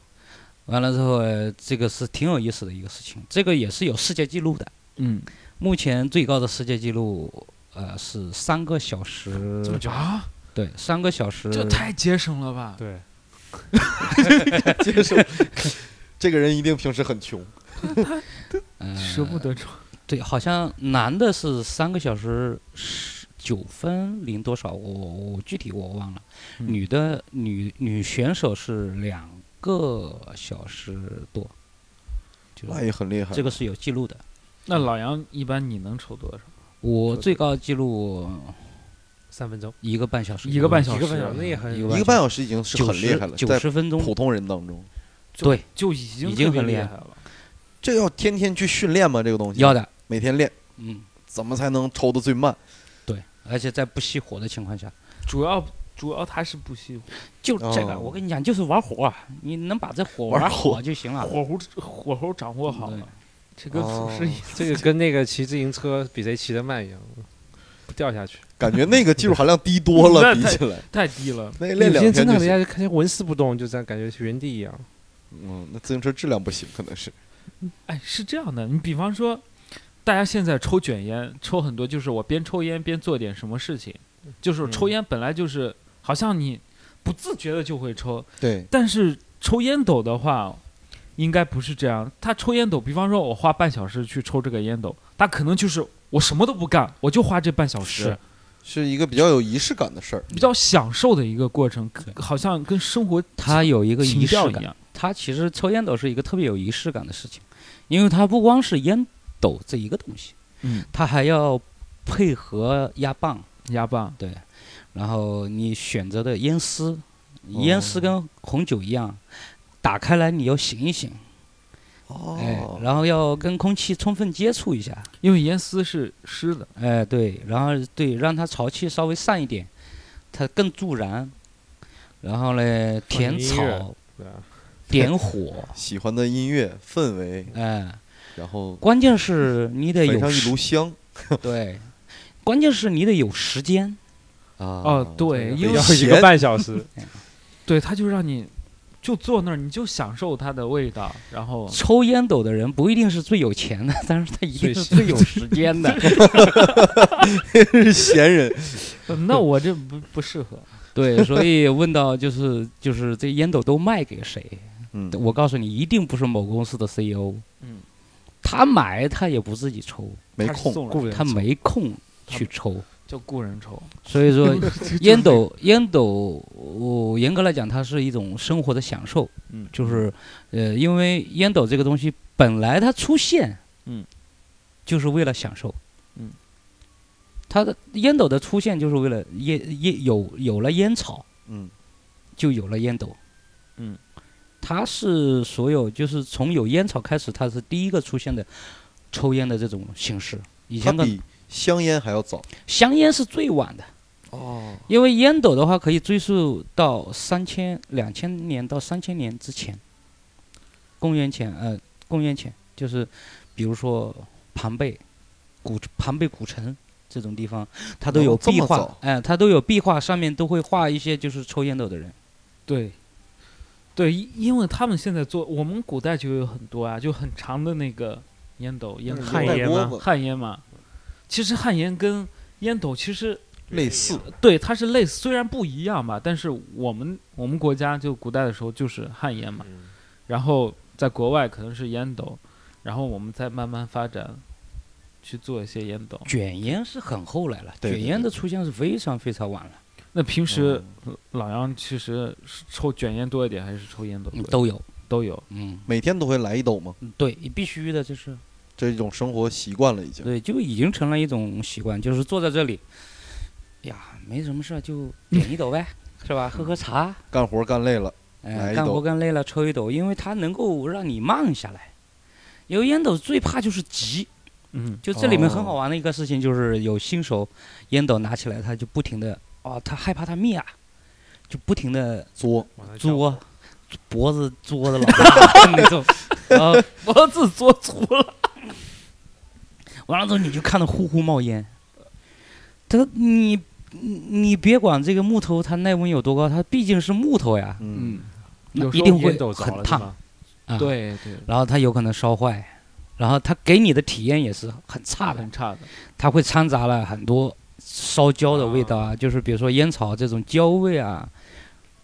完了之后，呃这个是挺有意思的一个事情，这个也是有世界纪录的。
嗯，
目前最高的世界纪录，呃，是三个小时，
这么久，
啊，
对，三个小时，
这太节省了吧？
对，
接受。这个人一定平时很穷。
呃
舍不。得装，
对，好像男的是三个小时十九分零多少，我我具体我忘了。
嗯
女的女女选手是两个小时多，就
那
是
也很厉害。
这个是有记录的。
那老杨一般你能抽多少？
我最高记录
三分钟，
一个半小时，
一个半小
一个分钟
时
那也很
一个
一个半小时已经是
九
很厉
十
害了，
九
在
十分钟，
普通人当中，
对，
就已经
已经
特别
很厉
厉
害
害了，
这要天天去训练吗？这个东西
要的，
每天练，
嗯，
怎么才能抽的最慢？
对，而且在不熄火的情况下，
主要主要他是不熄火，
就这个，
哦
我跟你讲，就是玩火，啊你能把这火
玩
玩
火
好就行了。
火候火候掌握好了，这跟祖师
哦
爷
这 个跟那个骑自行车比谁骑得慢一样，不掉下去。
感觉那个技术含量低多了，
那
比
太
起来，
太低了，
那
有
练两
些
天
真的
就
人
行。
家看见纹丝不动，就这样感觉是原地一样。
嗯，那自行车质量不行，可能是。
哎，是这样的，你比方说，大家现在抽卷烟，抽很多，就是我边抽烟边做点什么事情，就是抽
嗯
烟本来就是、好像你不自觉的就会抽，
对，
但是抽烟斗的话，应该不是这样。他抽烟斗，比方说我花半小时去抽这个烟斗，他可能就是我什么都不干，我就花这半小时
是，是一个比较有仪式感的事儿。
比较享受的一个过程，跟好像跟生活
它有一个
情
仪式
调一
感，
样。
它其实抽烟斗是一个特别有仪式感的事情，因为它不光是烟斗这一个东西，
嗯，
它还要配合压棒，
压棒，
然后你选择的烟丝，
哦
烟丝跟红酒一样，打开来你要醒一醒，哎，
哦，
然后要跟空气充分接触一下，
因为烟丝是湿的，
哎，对，然后对，让它潮气稍微散一点，它更助燃。然后呢，
点
甜
音乐
草，
对啊，
点火，
喜欢的音乐氛围，
哎，
然后
关键是你得
焚
有
上一
时
炉香
对，关键是你得有时间，
啊。
哦对因为
要一
闲
个半小时，
对，它就让你就坐那儿，你就享受它的味道，然后
抽烟斗的人不一定是最有钱的，但是他一
最
定是最有时间的。
是 闲人，
呃 那我这不不适合。
对，所以问到就是就是这烟斗都卖给谁？
嗯，
我告诉你，一定不是某公司的 CEO。
嗯，
他买他也不自己抽，
没
它是
空。
送人
雇人
他没空
他
去抽。
就雇人抽，
所以说，烟斗烟斗，我严格来讲，它是一种生活的享受。
嗯
就是呃，因为烟斗这个东西本来它出现，
嗯，
就是为了享受。
嗯，
它的烟斗的出现就是为了烟烟有有了烟草，
嗯，
就有了烟斗。
嗯，
它是所有就是从有烟草开始，它是第一个出现的抽烟的这种形式。以
它
前的
比香烟还要早。
香烟是最晚的。
哦，
因为烟斗的话可以追溯到三千两千年到三千年之前，公元前呃公元前就是，比如说庞贝古庞贝古城这种地方，它都
哦
有
这么
壁画
早，
哎、它都有壁画，上面都会画一些就是抽烟斗的人。
对，对，因因为他们现在做，我们古代就有很多啊，就很长的那个烟斗、烟
嗯
斗
旱
带
烟
锅
吗
巴
旱烟嘛。其实旱烟跟烟斗其实
类似，
对它是类似，虽然不一样吧，但是我们我们国家就古代的时候就是旱烟嘛，
嗯
然后在国外可能是烟斗，然后我们再慢慢发展去做一些烟斗。
卷烟是很后来了，
对对
卷烟的出现是非常非常晚了，
那平时
嗯
老杨其实是抽卷烟多一点，还是抽烟斗多一
嗯
点？
都有，
都有。
嗯，
每天都会来一斗吗？
对，必须的，这是。
这种生活习惯了已经。
对，就已经成了一种习惯，就是坐在这里，哎呀，没什么事儿就点一 斗呗，是吧？喝喝茶，
干活干累了，来
哎，
一
干活
斗
干累了抽一斗，因为它能够让你慢下来。有烟斗最怕就是急，
嗯，
就这里面很
哦
好玩的一个事情就是有新手烟斗拿起来，他就不停的哦，他害怕他灭啊，就不停的
作，
往那叫
嘬，脖子 嘬的老大那种，啊然后
脖子做粗了。
完了之后你就看到呼呼冒烟。它你你你别管这个木头它耐温有多高，它毕竟是木头呀，
嗯，
嗯，
那
有时
一
候
定会
烟斗着
很
了是
烫
吗
啊。，
对对，
然后它有可能烧坏，然后它给你的体验也是很差的
很，差的。
它会掺杂了很多烧焦的味道啊，就是比如说烟草这种焦味啊，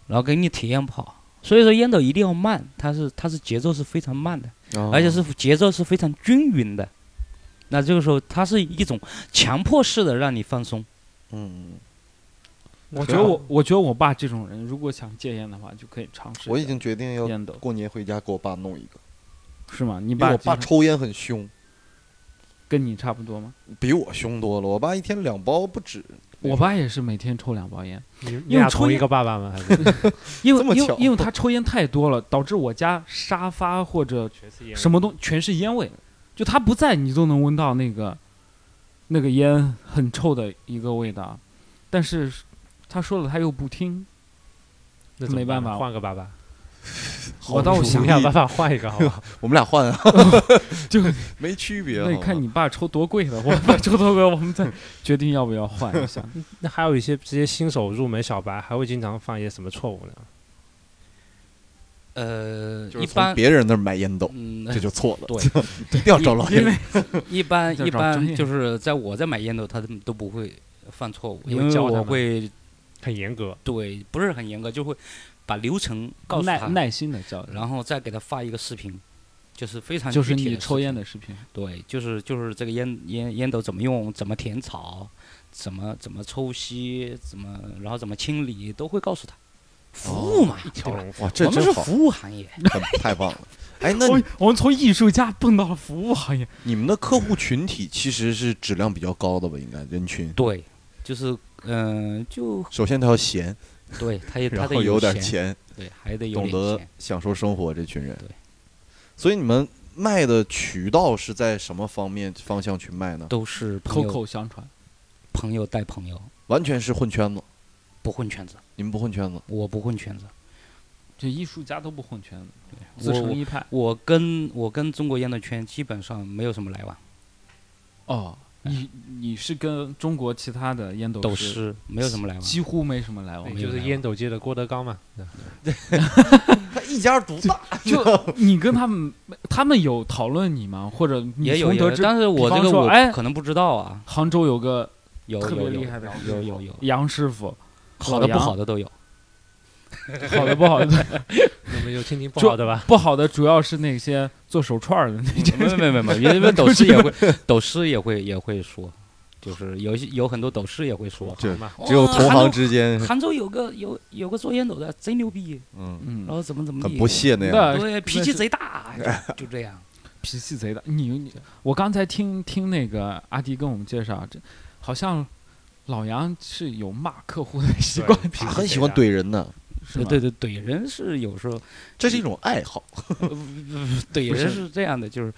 然后给你体验不好。所以说烟斗一定要慢，它是它是节奏是非常慢的。
哦
而且是节奏是非常均匀的。那这个时候，它是一种强迫式的让你放松。
嗯，
我觉得我，我觉得我爸这种人，如果想戒烟的话，就可以尝试一下。
我已经决定要
烟斗
过年回家给我爸弄一个，
是吗？你
因为
爸
我爸
经常
抽烟很凶，
跟你差不多吗？
比我凶多了。我爸一天两包不止，
我爸也是每天抽两包烟，
你你
因为
俩
抽
同一
烟
个爸爸吗？还是
因为
这么
因为
巧
因为他抽烟太多了，导致我家沙发或者
全是烟
什么东全是烟味，就他不在，你都能闻到那个那个烟很臭的一个味道。但是他说了，他又不听，
那怎么
没办
办
法
换个爸爸，
我倒
主
想
意
想 办法换一个好不好？
我们俩换啊，
就
没区别。啊
那你
好
看
吧
你爸抽多贵的，我 爸抽多贵，我们再决定要不要换一下。
那还有一些这些新手入门小白还会经常犯一些什么错误呢？
呃，
就是
一
从
般，
别人那儿买烟斗，
嗯，
这就错了，
对，
一定要找老
因为
爷。
一般
要
一
找专
般
业
就是在我在买烟斗，他们都不会犯错误，
你
因
会
为
教他
我
们
会
很严格，
对不是很严格，就会把流程告诉
耐
他，
耐心的教，
然后再给他发一个视频，就是非常
就是
具体
你
的
抽
视
烟
频
的视频，
对，就是就是这个烟烟烟斗怎么用，怎么填草，怎么怎么抽吸，怎么然后怎么清理，都会告诉他。服务嘛，对吧？
哇，这
我们
真
是
好，
服务行业，
很太棒了。哎，那
我
你
们我们从艺术家蹦到了服务行业，
你们的客户群体其实是质量比较高的吧？应该人群，
对，就是嗯、呃就
首先他要闲，
对，他也他
然
得
后有点
钱，
钱，
对，还得有
懂
点
得
钱。
享受生活，这群人。
对，
所以你们卖的渠道是在什么方面方向去卖呢？
都是朋
口
友
口相传。
朋友带朋友，
完全是混圈子，
不混圈子，
你们不混圈子，
我不混圈子。
这艺术家都不混圈子，自
我
成一派。
我跟我跟中国烟斗圈基本上没有什么来往，
哦，你你是跟中国其他的烟斗
斗
士
师没有什么来往。
几乎没什么来往，
就是烟斗界的郭德纲嘛，
他一家独大。
就你跟他们，他们有讨论你吗？或者你
也有
从
也有
得，知
但是我
比方
这个
说
我
哎
可能不知道啊，
杭州有个
有
特
有
别
有
厉害的
有有有，
杨师傅，
好
老
的不
杨
好的都有。
好的不好的，
那么就听听不
就
好的吧。
不好的主要是那些做手串儿的那些。
没有没有没有没有，因为斗师也会，斗师也会也会说，就是有一些有很多斗师也会说，
这
嘛，
只有
哇
同
杭
行
州
之间，
杭州有个有有个做烟斗的贼牛逼，
嗯，
嗯
然，后怎么怎么
很
地，
不屑那样。
啊那
对，脾
那
气
是
贼大，啊就就这样。
脾气贼大。你你，我刚才听听那个阿迪跟我们介绍，这好像老杨是有骂客户的习惯，
他很喜欢怼人呢，
是
对
吗？
对对，怼人是有时候
这是一种爱好。
怼
不
人
是
是这样的，就是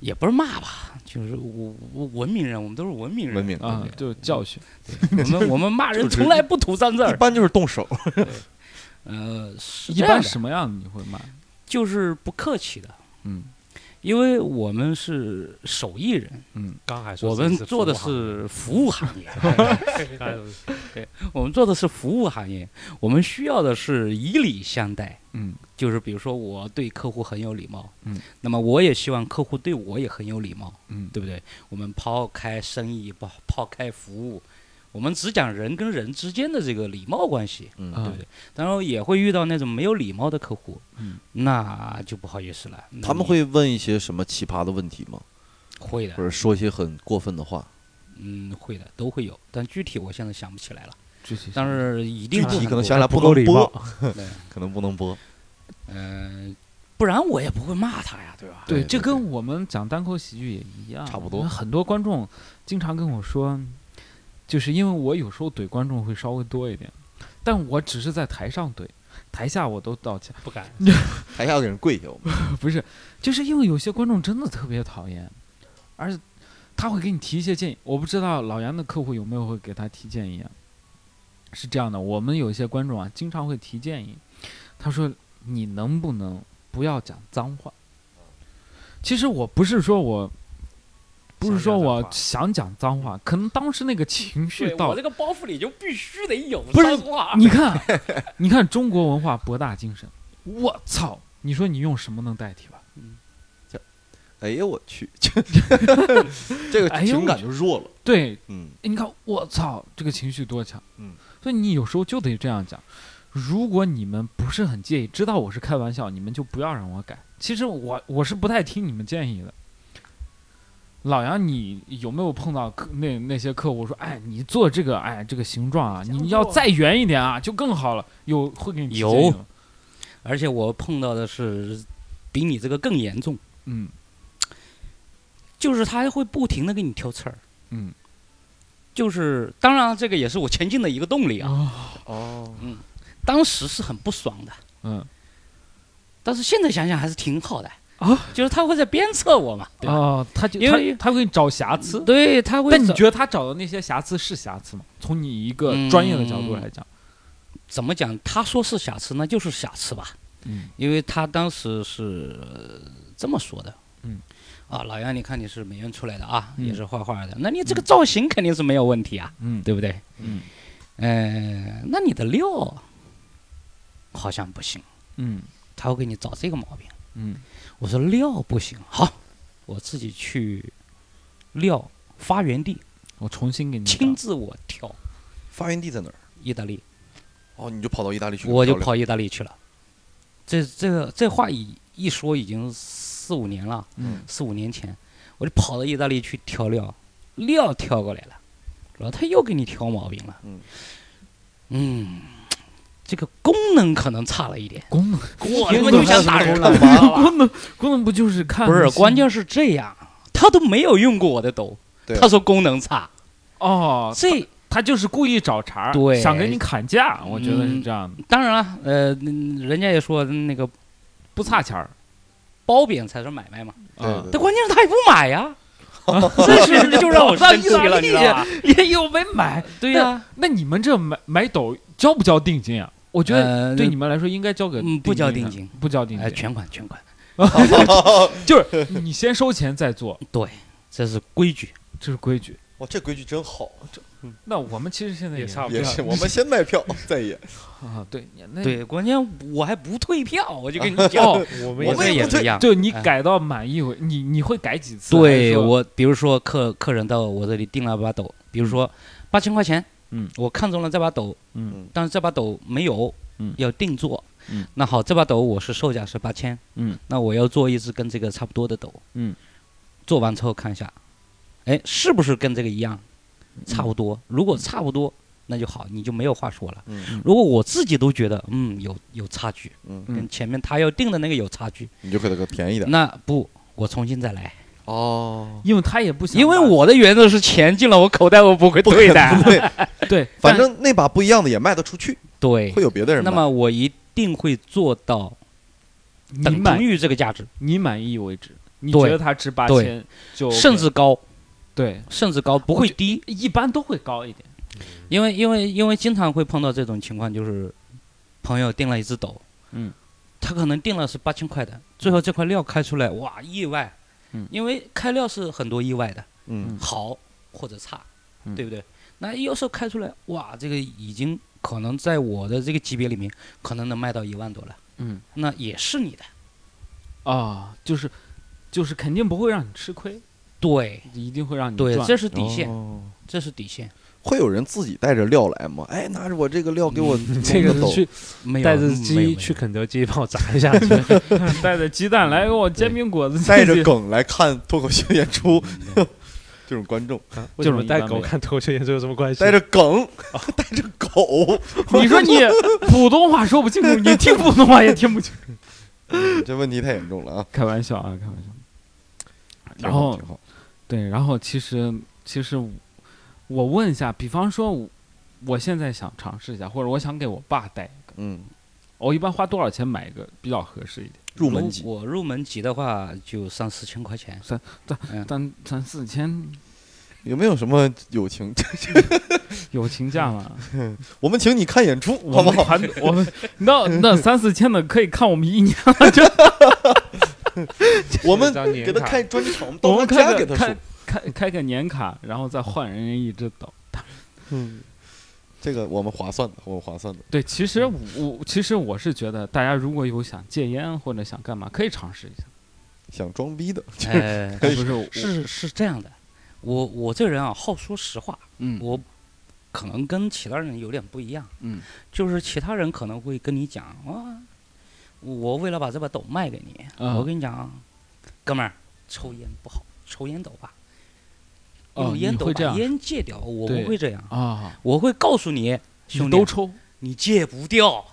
也不是骂吧，就是我我文明人，我们都是文明人，
文明
啊，
对
就是教训。
我们我们骂人
就是
从来不吐脏字
一
儿。
般就是动手，
呃，是
一
这样
般
的，
什么样的你会骂？
就是不客气的，
嗯
因为我们是手艺人。
嗯，
啊刚还说
我们做的是服务行业，
啊 对
我们做的是服务行业，我们需要的是以礼相待。
嗯，
就是比如说我对客户很有礼貌，
嗯，
那么我也希望客户对我也很有礼貌，
嗯
对不对？我们抛开生意，抛抛开服务，我们只讲人跟人之间的这个礼貌关系，
啊
嗯，
对不对？当然也会遇到那种没有礼貌的客户，
嗯，
那就不好意思了。那
他们
你
会问一些什么奇葩的问题吗？
会
或
的，
者说一些很过分的话？
嗯，会的，都会有，但具体我现在想不起来了，
具体
但
是
是一定
具
会
体
很
可能
多
想起来不
不够
能
礼
播
貌，，
对
可能不能播。
嗯，不然我也不会骂他呀，对吧？
对，这
对
跟我们讲单口喜剧也一样，
差不多
因为很多观众经常跟我说，就是因为我有时候怼观众会稍微多一点，但我只是在台上怼，台下我都道歉。
不敢。
台下给人跪下，我们
不是，就是因为有些观众真的特别讨厌，而且他会给你提一些建议。我不知道老杨的客户有没有会给他提建议啊？是这样的，我们有一些观众啊，经常会提建议，他说你能不能不要讲脏话？其实我不是说我。不是说
想讲脏
我
话
想讲脏话，可能当时那个情绪到了，
这个包袱里就必须得有
不是
脏话
你看，你看中国文化博大精深，我操！你说你用什么能代替吧？
哎呦我去， 这个
哎呦
情感就弱了。
对，
嗯，
哎你看，我操，这个情绪多强！
嗯，
所以你有时候就得这样讲。如果你们不是很介意，知道我是开玩笑，你们就不要让我改。其实我我是不太听你们建议的。老杨，你有没有碰到客那那些客户说，哎，你做这个，哎，这个形状啊，你要再圆一点啊，就更好了。有会给你提
有
建议吗
而且我碰到的是比你这个更严重，
嗯
就是他会不停的给你挑刺儿。
嗯
就是当然这个也是我前进的一个动力啊，
啊
哦，
当时是很不爽的，
嗯
但是现在想想还是挺好的
啊，
就是他会在鞭策我嘛，对吧？
哦，他就
因
他
为
他会给你找瑕疵，
对，他会
但你
怎
觉得他找的那些瑕疵是瑕疵吗？从你一个
嗯
专业的角度来讲，
怎么讲？他说是瑕疵，那就是瑕疵吧。
嗯
因为他当时是、呃这么说的，
嗯，
啊，老杨，你看你是美院出来的啊，
嗯
也是画画的，那你这个造型肯定是没有问题啊，
嗯
对不对？
嗯
呃，那你的料好像不行，
嗯
他会给你找这个毛病。
嗯。
我说料不行，好，我自己去料发源地
我重新给你
亲
找
自我挑
发源地在哪儿？
意大利，
哦，你就跑到意大利去，
我就
漂亮。
跑意大利去了。这这个这话一一说已经四五年了，
嗯
四五年前，我就跑到意大利去调料，料调过来了，老太又给你挑毛病了。
嗯
嗯这个功能可能差了一点，
功 能
我他妈就想打人了，你知道吧？
功能功能不就是看
不是，
戏
关键是这样，他都没有用过我的斗
对，
他说功能差，
哦，
这
他就是故意找茬儿，
对
想给你砍价，我觉得是
嗯
这样的，
当然了，呃，嗯人家也说那个
不差钱儿，
褒贬才是买卖嘛，
啊
对
但
对，
关键是他也不买呀， 这是就让我
到
生
意
气
大
了，你
利
知道 吧？
也有哎没买。
对呀，
那你们这买买斗交不交定金啊？我觉得
呃
对你们来说应该交给
嗯不交
定
定
的，不交定
哎，
金，
全款全款，
就是你先收钱再做，
对，这是规矩。
这是规矩。
哇，这规矩真好，啊
那我们其实现在
也差不
也
多。
是我们先卖 票再演，
啊，对，你那
对，关键我还不退票，我就跟你讲，
哦，
我
我
们也
们
这
也
也
不
是
退
一样。
就你
哎
改到满意为，你你会改几次？还是
对
说，
我，比如说客客人到我这里订了把斗，比如说八千块钱，
嗯，
我看中了这把斗，
嗯
但是这把斗没有，
嗯
要定做，
嗯
那好，这把斗我是售价是八千，
嗯，
那我要做一只跟这个差不多的斗，
嗯，
做完之后看一下，哎，是不是跟这个一样，
嗯
差不多？如果差不多，那就好，你就没有话说了。
嗯
如果我自己都觉得，嗯，有有差距，
嗯，
嗯
跟前面他要定的那个有差距，
你就给他个便宜点
那不，我重新再来，
哦，
因为他也不想把，
因为我的原则是钱进了我口袋，我不 会退的。
对，
对，
反正那把不一样的也卖得出去，
对，
会有别的人买。
那么我一定会做到
你
等同
满
于这个价值，
你满意为止，你
对
觉得他值八千
对
就 OK
甚至高。
对，
甚至高，不
我
会
觉
低，
一般都会高一点。
因为因为因为经常会碰到这种情况，就是朋友订了一只斗，
嗯，
他可能订了是八千块的，最后这块料开出来，哇，意外，
嗯
因为开料是很多意外的，
嗯，
好或者差，
嗯
对不对？那有时候开出来，哇，这个已经可能在我的这个级别里面，可能能卖到一万多了，
嗯
那也是你的，
啊，就是就是肯定不会让你吃亏，
对
一定会让你
对，
赚
这是底线，
哦
这是底线，
会有人自己带着料来吗？哎，拿着我嗯这个料给我弄
这
个
个是
斗
去
没有
带着
没有没有
鸡去肯德基帮我炸一下，去
带着鸡蛋来给我煎饼果 子，
带着梗来看脱口秀演出， 这种观众
为什
这种
么
一
带
般没
狗
有
看脱口秀演出有什么关系？
带着梗， 带着狗，
你说 你普通话说不清楚，你听普通话也听不清。
嗯这问题太严重了啊！
开玩笑啊，开玩笑。
挺
然
好
后
挺好，
对，然后其实其实我我问一下，比方说我我现在想尝试一下，或者我想给我爸带一个，
嗯，
我一般花多少钱买一个比较合适一点？
入门级，
我入门级的话就三四千块 钱，
三三四千
有没有什么友情？
友情价嘛？
我们请你看演出
我
好不
们
好？
团我们那那三四千的可以看我们一年，
我们
当年
给他
卡
开专场，我们
我
到
们
他
开
家给
个
他
开
说，
开开个年卡，然后再换人家一只岛。
嗯，这个我们划算的，我们划算的，
对，其实
嗯
我其实我是觉得，大家如果有想戒烟或者想干嘛，可以尝试一下。
想装逼的，
哎，
不是我，
是是这样的，我我这人啊，好说实话，
嗯
我可能跟其他人有点不一样，
嗯，
就是其他人可能会跟你讲啊，我为了把这把斗卖给你，
啊
我跟你讲啊，哥们儿，抽烟不好，抽烟斗吧，
哦
用烟
你
斗
会这
把
样
烟戒掉，我
对
不会这样，
啊，
我会告诉你，
你
兄弟，
都抽，
你戒不掉，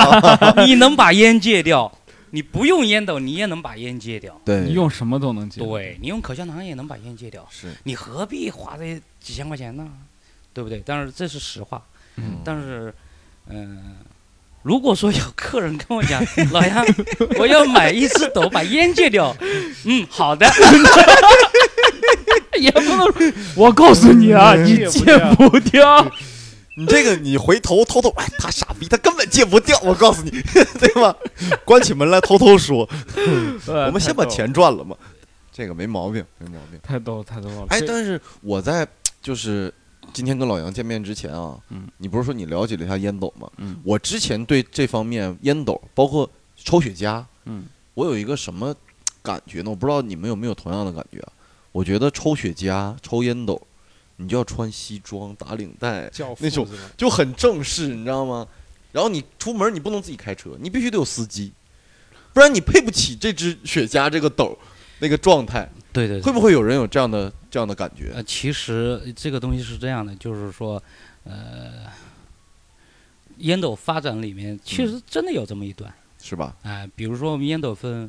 你能把烟戒掉，你不用烟斗，你也能把烟戒掉。
对
你用什么都能戒。，
对你用口香糖也能把烟戒掉，
是，
你何必花这几千块钱呢？对不对？但是这是实话。
嗯
但是，嗯、如果说有客人跟我讲， 老杨，我要买一只斗把烟戒 掉，嗯，好的，
也不能说。我告诉你啊，你戒不掉。
你这个你回头偷偷，哎，他傻逼，他根本戒不掉，我告诉你， 对吧？关起门来偷偷说，我
我
们先把钱赚了嘛，这个没毛病，没毛病。
太逗了，太逗了。
哎，
这
但是我在就是今天跟老杨见面之前啊，
嗯
你不是说你了解了一下烟斗吗？
嗯
我之前对这方面烟斗，包括抽雪茄，
嗯，
我有一个什么感觉呢？我不知道你们有没有同样的感觉啊？我觉得抽雪茄、抽烟斗，你就要穿西装、打领带，
教父
那种
是吗
就很正式，你知道吗？然后你出门你不能自己开车，你必须得有司机，不不然你配不起这只雪茄这个斗儿那个状态。
对对
会不会有人有这样的这样的感觉？
呃，其实这个东西是这样的，就是说，呃，烟斗发展里面确实真的有这么一段
是吧？
啊、哎比如说我们烟斗分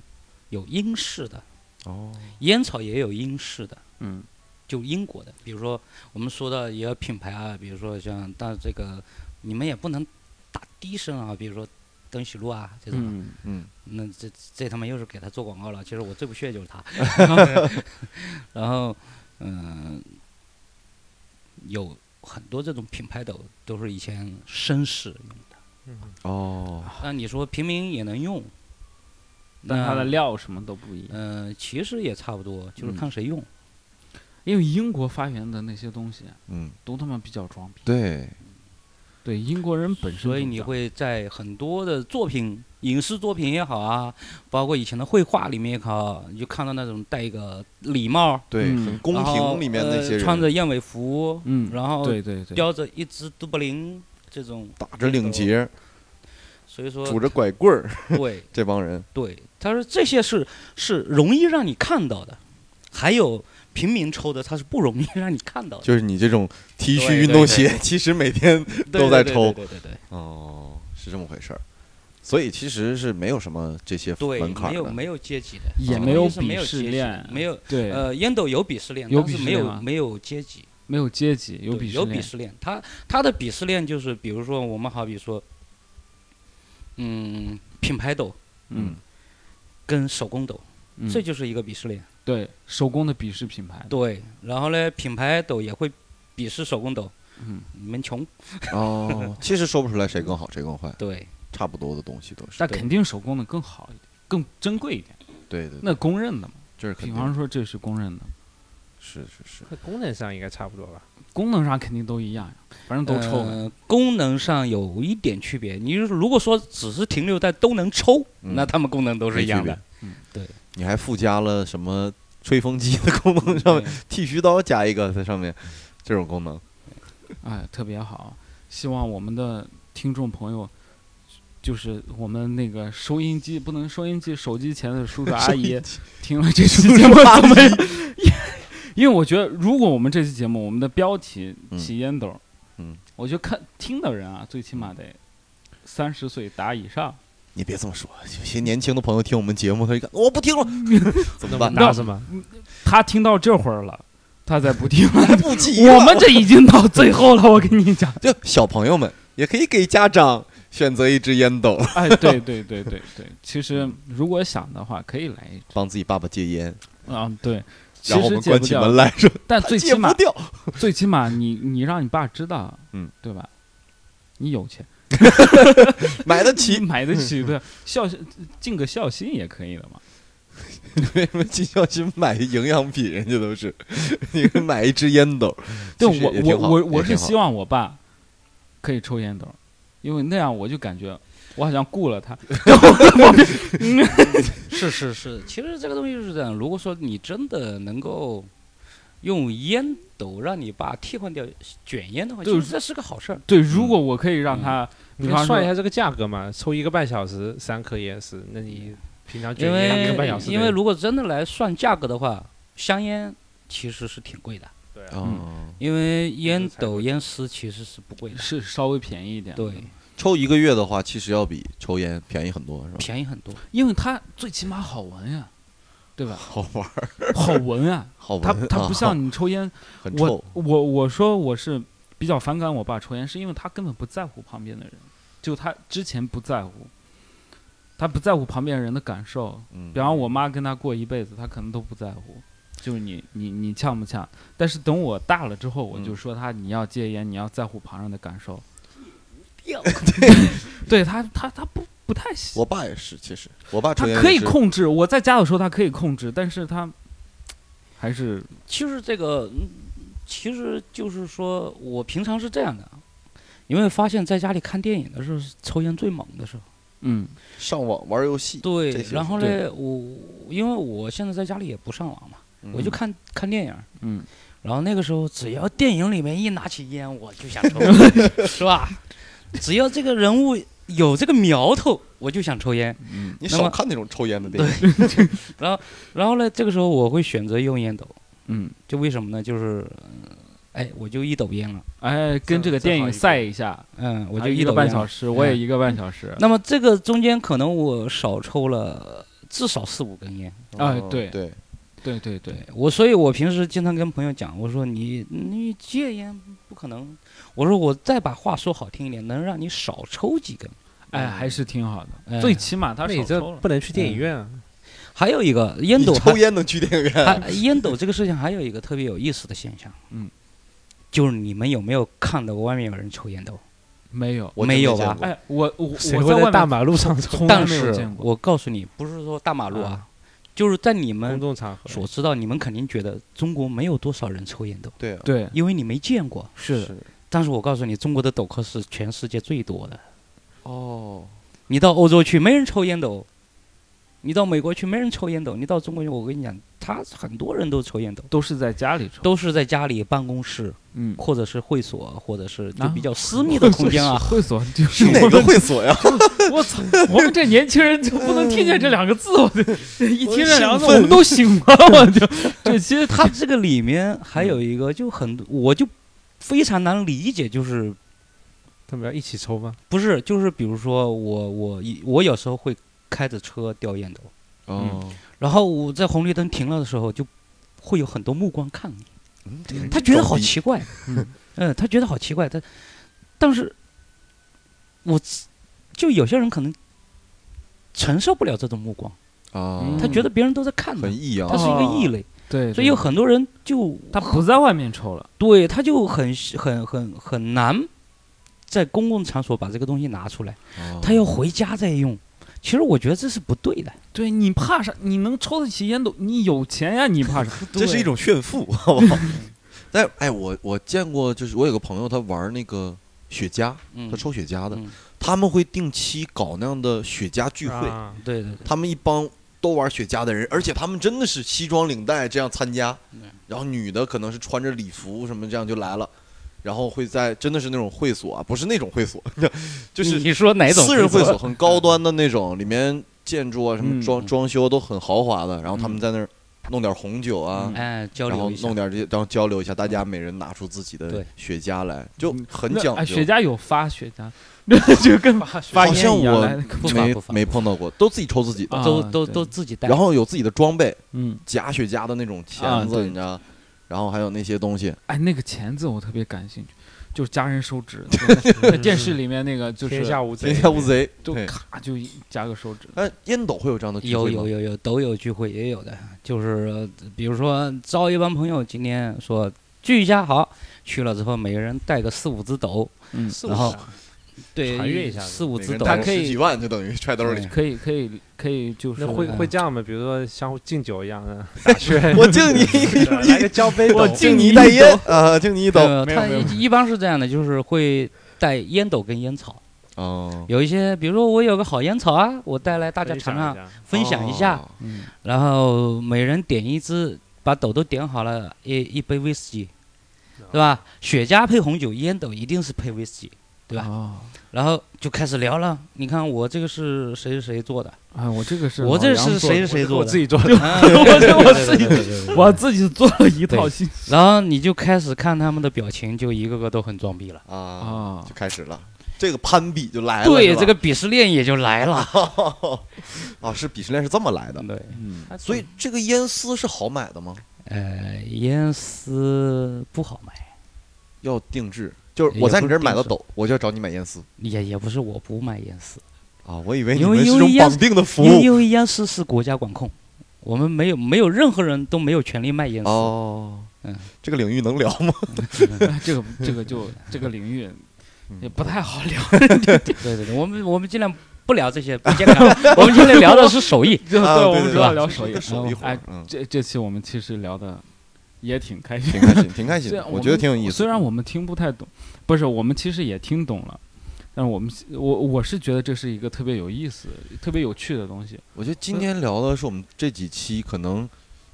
有英式的，
哦，
烟草也有英式的，
嗯
就英国的。比如说我们说到也有品牌啊，比如说像但这个你们也不能打低声啊，比如说登喜路啊这种，
嗯，
嗯，
那这这他妈又是给他做广告了。其实我最不屑就 是他。然后，嗯、有很多这种品牌斗都是以前绅士用的，
嗯
哦，
那你说平民也能用，
但它的
那，
料什么都不一样，
嗯、其实也差不多，就是
嗯
看谁用。
因为英国发源的那些东西
嗯，
都他妈比较装逼。
对，
对英国人本身就这样，
所以你会在很多的作品、影视作品也好啊，包括以前的绘画里面也好，你就看到那种戴一个礼帽，
对，
嗯
很宫
然后
廷里面那些
呃、
人
穿着燕尾服，
嗯，
然后
对对对，
叼着一只都柏林这种，
打着领结，
所以说
拄着拐棍儿，
对
这帮人，
对，他说这些是是容易让你看到的，还有平民抽的，他是不容易 让你看到的，
就是你这种 T 恤
对
运动
对对
鞋，其实每 天
对
都在
对
抽
对对对对
哦，是这么回事儿。所以其实是没有什么这些
对，
门槛
没有
的，
没有阶级的，
也
这个
啊没有
东西是没
鄙
有
视
阶级
链
的，没有
对、
呃，烟斗有鄙视链，
有
但
鄙
是
视
没
链
有
吗
没有阶级，
没有阶级，有
对
鄙视
有鄙
链，
视链。他他的鄙视链就是，比如说我们好比说，嗯，品牌斗
嗯，
跟手工斗，
嗯
这就是一个鄙视链。
对手工的鄙视品牌，
对，然后呢，品牌斗也会鄙视手工斗，
嗯，
你们穷。
哦，其实说不出来谁更好谁更坏，
对，
差不多的东西都是
但。肯定手工的更好一点，更珍贵一点，
对对，对
那公认的嘛。
这是肯
比
定
方说这是公认的，
是是是，
功能上应该差不多吧？
功能上肯定都一样呀，反正都啊抽呗。
呃功能上有一点区别。你如果说只是停留在都能抽，
嗯
那他们功能都是
没
一
区
样
别
的。嗯
你还附加了什么吹风机的功能 上面，剃须刀加一个在上面，这种功能。
哎，特别好。希望我们的听众朋友，就是我们那个收音机不能收音机，手机前的叔叔阿
收音
姨听了这期节目怎么样？因为我觉得，如果我们这期节目我们的标题
嗯
起烟斗，
嗯，
我觉得看听的人啊，最起码得三十岁打以上。
你别这么说，有些年轻的朋友听我们节目，他一看我 不听了，怎么办？
那是吗？
他听到这会儿了，他再不听
来不及了。
我们这已经到最后了，我跟你 讲。
就小朋友们也可以给家长选择一支 烟斗，
哎，对对对对对，其实如果想的话，可以来一支。
帮自己爸爸戒烟，
嗯，对。其
然后我
实
们
戒
关
不
起
掉，
门来说
但最起
戒不
码
掉。
最起码你你让你爸知道，
嗯，
对吧？你有钱，
买得
你
起，
买得起
嗯
的孝心尽个孝心也可以的嘛。
为什么金小新买营养品？人家都是， 你买一支烟斗，
对
其实也
我
挺好
我我我
也
是
挺好
希望我爸可以抽烟斗，因为那样我就感觉我好像雇了他。
是是是，其实这个东西是这样。如果说你真的能够用烟斗让你爸替换掉卷烟的话，
对
其实这是个好事儿。
对，
嗯
如果我可以让他，
你
比
要
方
算一
说，
下这个价格嘛，抽一个半小时三颗烟丝，那你平常卷
因
烟一
为
个半小时得，
因为如果真的来算价格的话，香烟其实是挺贵的，
对啊，
嗯
哦，
因为烟
才
斗
贵
烟丝其实是不贵的，
是稍微便宜一点，
对，
抽一个月的话，其实要比抽烟便宜很多，是吧？
便宜很多。
因为它最起码好闻呀，对 吧？
好玩儿，
好闻啊，
好
它
闻，
它不
啊
像你抽烟，
很
我
臭，
我我说我是比较反感我爸抽烟，是因为他根本不在乎旁边的人，就他之前不在乎，他不在乎旁边人的感受。
嗯
比方我妈跟他过一辈子，他可能都不在乎，就是你你你呛不呛？但是等我大了之后，我就
嗯
说他你要戒烟，你要在乎旁人的感受。
要
对他他他不不太喜，
我爸也是，其实我爸
他
抽烟
可以
也是
控制。我在家的时候他可以控制，但是他还是
其实这个，嗯其实就是说我平常是这样的，你会发现在家里看电影的时候是抽烟最猛的时候。
嗯
上网玩游戏，这
对
些，
然
是
后
对
嘞，我因为我现在在家里也不上网嘛，我就
嗯
看看电影儿。
嗯，
然后那个时候，只要 电影里面一拿起烟，我就想抽，是吧？只要这个人物有这个苗头，我就想抽烟。
嗯，你
那
少
么
看那种抽烟的电影。
然后呢，这个时候我会选择用烟斗，
嗯，
就为什么呢？就是，呃哎，我就一斗烟了，
哎，跟这个电影赛一下，
嗯，我
啊
就
一
斗
个半
烟了
小时，我也一个半小时。
那么这个中间可能我少抽了至少四五根烟，
哎
哦
对
对，
对对对，
我所以，我平时经常跟朋友讲，我说你你戒烟不可能，我说我再把话说好听一点，能让你少抽几根。
哎，还是挺好
哎
的，最起码他
那你
少
这
抽了。
不能去电影院啊！
还有一个烟
你
斗还，
抽烟能去电影院？
还烟斗这个事情还有一个特别有意思的现象，
嗯，
就是你们有没有看到过外面有人抽烟斗？
没有，
我真
没
没
有
见
吧
过
哎，我我我
谁会
外
在大
面
马路上抽
从来
但
没有
是
见，过。
我告诉你，不是说大马路啊，就是在你
公
们
众场合？
所知道，你们肯定觉得中国没有多少人抽烟斗，
对啊，
对，
因为你没见过。
是的，
但是我告诉你，中国的斗客是全世界最多的。
哦，
你到欧洲去没人抽烟斗，你到美国去没人抽烟斗，哦你到中国去，我跟你讲，他很多人都抽烟斗，
都是在家里抽。
都是在家里、办公室
嗯，
或者是会所，或者是就
啊
比较私密的空间 啊。
会所就是
哪个会所 呀？
我操！我们这年轻人就不能听见这两个字，我这这 一听这两个字，
我兴奋
我们都醒了，我就这其实
他这个里面还有一个就很，我就非常难理解，就是
他们要一起抽吗？
不是就是比如说我我一我有时候会开着车叼烟斗，
哦，
然后我在红绿灯停了的时候就会有很多目光看你。
嗯这个人
他觉得好
装逼
奇怪，啊
嗯
嗯，他觉得好奇怪，但但是，我自就有些人可能承受不了这种目光，
啊，
嗯
他觉得别人都在看他
很，异啊
他
样。
是一个
哦
异类，
对，
所以有很多人就
他不在外面抽了，
对他就很很很很难在公共场所把这个东西拿出来，
哦
他要回家再用。其实我觉得这是不对的，
对你怕啥？你能抽得起烟斗，你有钱呀，你怕啥？
这是一种炫富， 好不好？但哎，我我见过，就是我有个朋友，他玩那个雪茄，
嗯
他抽雪茄的，
嗯
他们会定期搞那样的雪茄聚会，
啊
对对对，
他们一帮都玩雪茄的人，而且他们真的是西装领带这样参加
对，
然后女的可能是穿着礼服什么这样就来了，然后会在真的是那种会所啊，不是那种会所， 就是
你说哪种
私人会
所
所，很高端的那种，里面建筑啊什
嗯
么装
嗯
装修都很豪华的，然后他们在那儿弄点红酒啊
嗯。
哎，交
然后
流一下
弄，点这些，然后交流一下，大家每人拿出自己的
对嗯啊
雪茄来，就很
那
讲
哎
究
雪。茄有发雪茄， 就跟发
好像
烟一样
我
来。
不发
没
不发
没碰到过，都自己抽自己的，
啊
都都
对
都自己带，
然后有自己的装备，
嗯，
假雪茄的那种
啊
钳子，
对
你知道，然后还有那些东西，
哎，那个钳子我特别感兴趣，就是家人手指，就是在电视里面那个就
天
是
下无贼，
天下无贼。
就
对，
咔就一夹个手指。
那烟斗会有这样的聚
有
会吗
有有有都有聚会也有的，就是呃比如说招一帮朋友，今天说聚一下好，去了之后每个人带个四五只斗，
嗯，
是不
然
是
后
啊
对，
传阅一下子
四五
每
只
个人
斗，
带
它可以
十几万就等于揣兜里
对。
可以可以可以，就是
那会
嗯
会这样吗？比如说相互敬酒一样的打圈，
我敬你一
对来个交杯
我
斗，
敬
你
你
一
一
袋
斗
烟啊，敬你一斗。
呃，他一一般是这样的，就是会带烟斗跟烟草，
哦，
有一些比如说我有个好烟草啊，我带来大
大
家尝尝，
下。
分享一下，
哦。
嗯
然后每人点一支，把斗都点好了，一一杯威士忌，对吧？雪茄配红酒，烟斗一定是配威士忌。对吧
哦，
然后就开始聊了。你看我这个是谁谁谁 做的？
哎，我这个是
我
老
这
杨
是
做的
谁谁做
我
的
自？己做的，
啊
我这我自己
己
我自己做了一套
对
新
然后你就开始看他们的表情，就一个个都很装逼了。
啊，
啊
就开始了，这个攀比就来了。
对，
是吧
这个鄙视链也就来了。
啊，是鄙视链是这么来的。
对，
嗯，
所以这个烟丝是好买的吗？
呃，烟丝不好买，
要定制，就是我在你这儿买的斗，我就要找你买烟丝
也也不是我不买烟丝，
啊。我以为你
因为
们是
因为
种
烟
绑定的服
因为
务
因为烟丝是国家管控，我们没有没有任何人都没有权利卖烟丝。
哦
嗯。
这个领域能聊吗？
哎这个这个就这个领域
嗯
也不太好 聊，
对对对，我们我们尽量不聊这些不健 康，我们今天聊的是手艺。
就
啊
对我们
对
主要
对
聊
是
手
一
艺
个。手艺活
哎
儿，嗯，
这这期我们其实聊的也挺开心
挺，开 心，挺开心
虽
的
然，
我觉得
们
挺有意思。
虽然我们听不太懂，不是我们其实也听懂了，但是我们我我是觉得这是一个特别有意思、特别有趣的东西。
我觉得今天聊的是我们这几期可能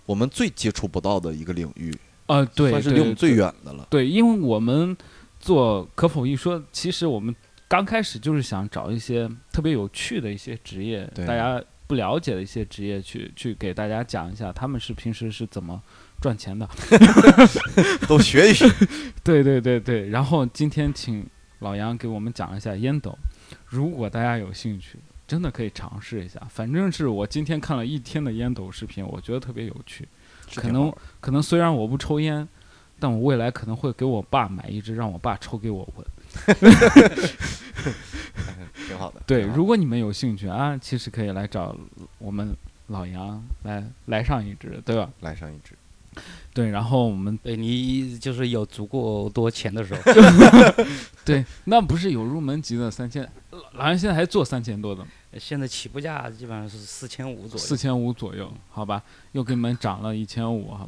我们最接触不到的一个领域，
啊，对，
算是
对
离我们最
对
远的了。
对，因为我们做可否一说，其实我们刚开始就是想找一些特别有趣的一些职业，
对
大家不了解的一些职业去去给大家讲一下，他们是平时是怎么赚钱的。
都学一学。
对对对对，然后今天请老杨给我们讲一下烟斗，如果大家有兴趣，真的可以尝试一下。反正是我今天看了一天的烟斗视频，我觉得特别有趣。可能可能虽然我不抽烟，但我未来可能会给我爸买一支，让我爸抽给我闻。
挺好的。
对，
挺好的
如果你们有兴趣啊，其实可以来找我们老杨来来上一支，对吧？
来上一支，
对，然后我们
对你就是有足够多钱的时候，
对，那不是有入门级的三千，老老杨现在还做三千多的吗，
现在起步价基本上是四千五左
四
右，
千五左右，好吧，又给你们涨了一千五哈。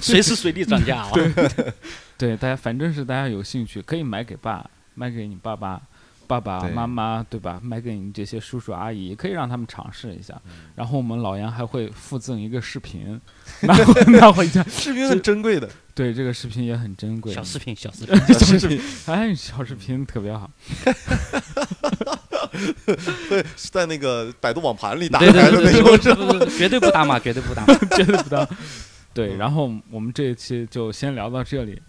随时随地涨价啊。
对，大家反正是大家有兴趣，可以买给爸，买给你爸爸、爸爸
对
妈妈，对吧？买给你这些叔叔阿姨，可以让他们尝试一下。
嗯
然后我们老杨还会附赠一个视频， 拿回拿回家。
视频很珍贵的，
对，这个视频也很珍贵。
小视频，小视频，
视频
哎，小视频特 别好。
对，是在那个百度网盘里打
对
开
对
的
对
那
对
种
对
是吧。
不，不不绝对不打码，绝对不打码。
绝对不当。
嗯
对，然后我们这一期就先聊到这里，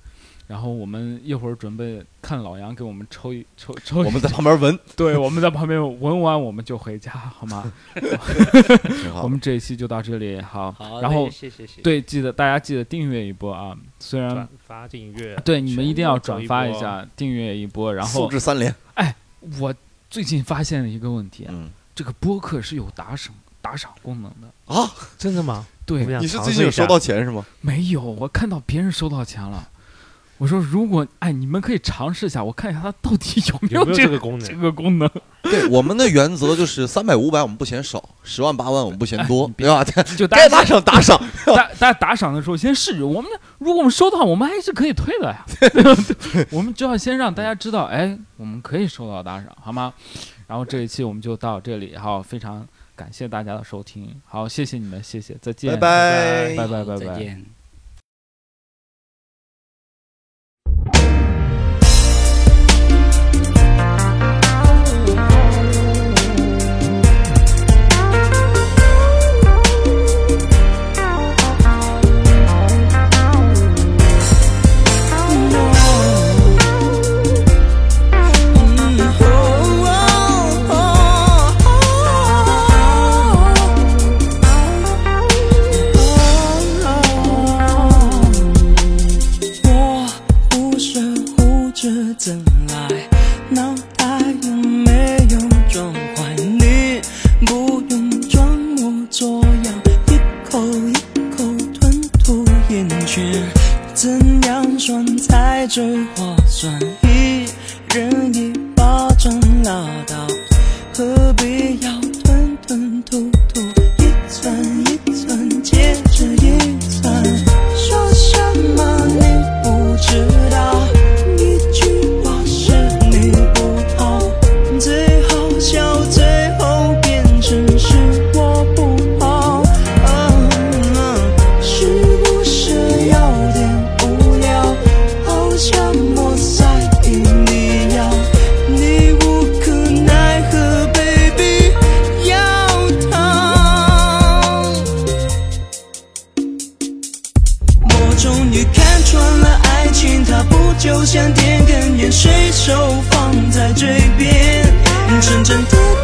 然后我们一会儿准备看老杨给我们抽一抽抽一，
我们在旁边闻，
对，我们在旁边闻完我们就回家，好吗？
挺好
我们这一期就到这里，好。
好，
然后
谢谢谢谢。
对，记得大家记得订阅一波啊，虽然
转发订阅，
对你们一定要转发
一
一
波
下，订阅一波。然
素
后
质三连。
我最近发现了一个问题，啊
嗯
这个播客是有打赏打赏功能的。
啊，
真的吗？我不
对，
想
你是
尝
最
试
近有
一下
收到钱是吗？
没有，我看到别人收到钱了，我说如果哎，你们可以尝试一下，我看一下它到底有没
有没有
这
这
个
个功
这
能？
个功能。
对，我们的原则就是三百五百我们不嫌少，十万八万我们不嫌多，对吧？
就大
该
家
打赏打赏，
大大家打赏的时候先试试，我们如果我们收到，我们还是可以退的 呀。 我们就要先让大家知道，哎，我们可以收到打赏，好吗？然后这一期我们就到这里，好，非常感谢大家的收听，好，谢谢你们，谢谢，再见，
拜拜。
拜拜拜
再
拜。
见。
我忽深忽知怎来，脑袋有没有装坏？你不用装模作样，一口一口吞吐厌倦，怎样算才最划算？一人一巴掌拉倒，何必要吞吞吐吐？一寸一寸接着一寸，说什么你不知道？一句话是你不好，最好笑，最后变成是我不好。是不是有点无聊？？Oh, 好像我塞给你要，你无可奈何，baby 要逃。我终于看穿了爱情，它不就像点根烟，随手放在嘴边，层层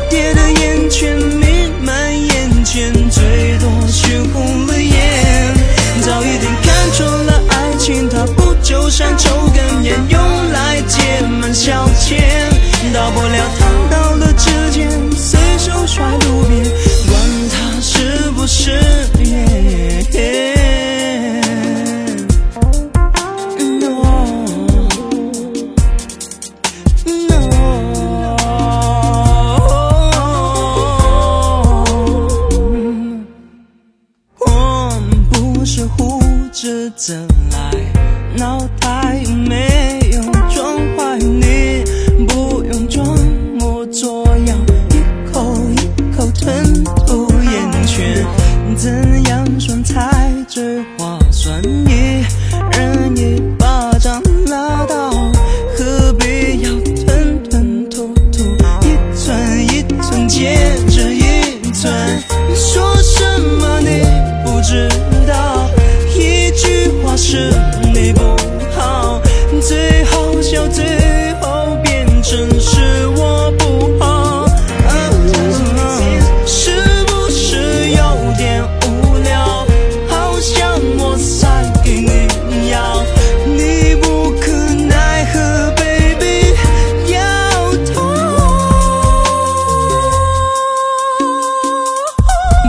叠叠的烟圈弥漫眼前，最多熏红了眼。早一点看穿了爱情，它不就像抽根烟，用来解闷消遣，到不了烫到了指尖，随手甩路边，管它是不是烟。No, no. 我不是胡子怎来？脑袋有没有装坏？你不用装模作样，一口一口吞吐厌倦，怎样算才最划算？一人一巴掌拉倒，何必要吞吞吐是你不好，最好笑，最后变成是我不好。啊是不是有点无聊？好像我塞给你药，你不可奈何，baby 摇头。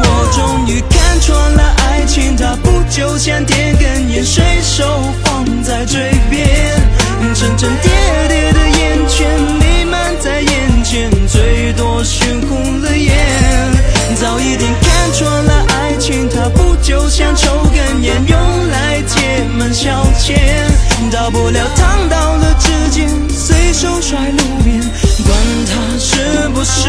我终于看穿了爱情，它不就像点根烟，随手放在嘴边，沉沉叠叠的烟圈弥漫在眼前，最多熏红了眼。早一点看穿了爱情，它不就像抽根烟，用来解闷消遣，到不了烫到了指尖，随手甩路边，管它是不是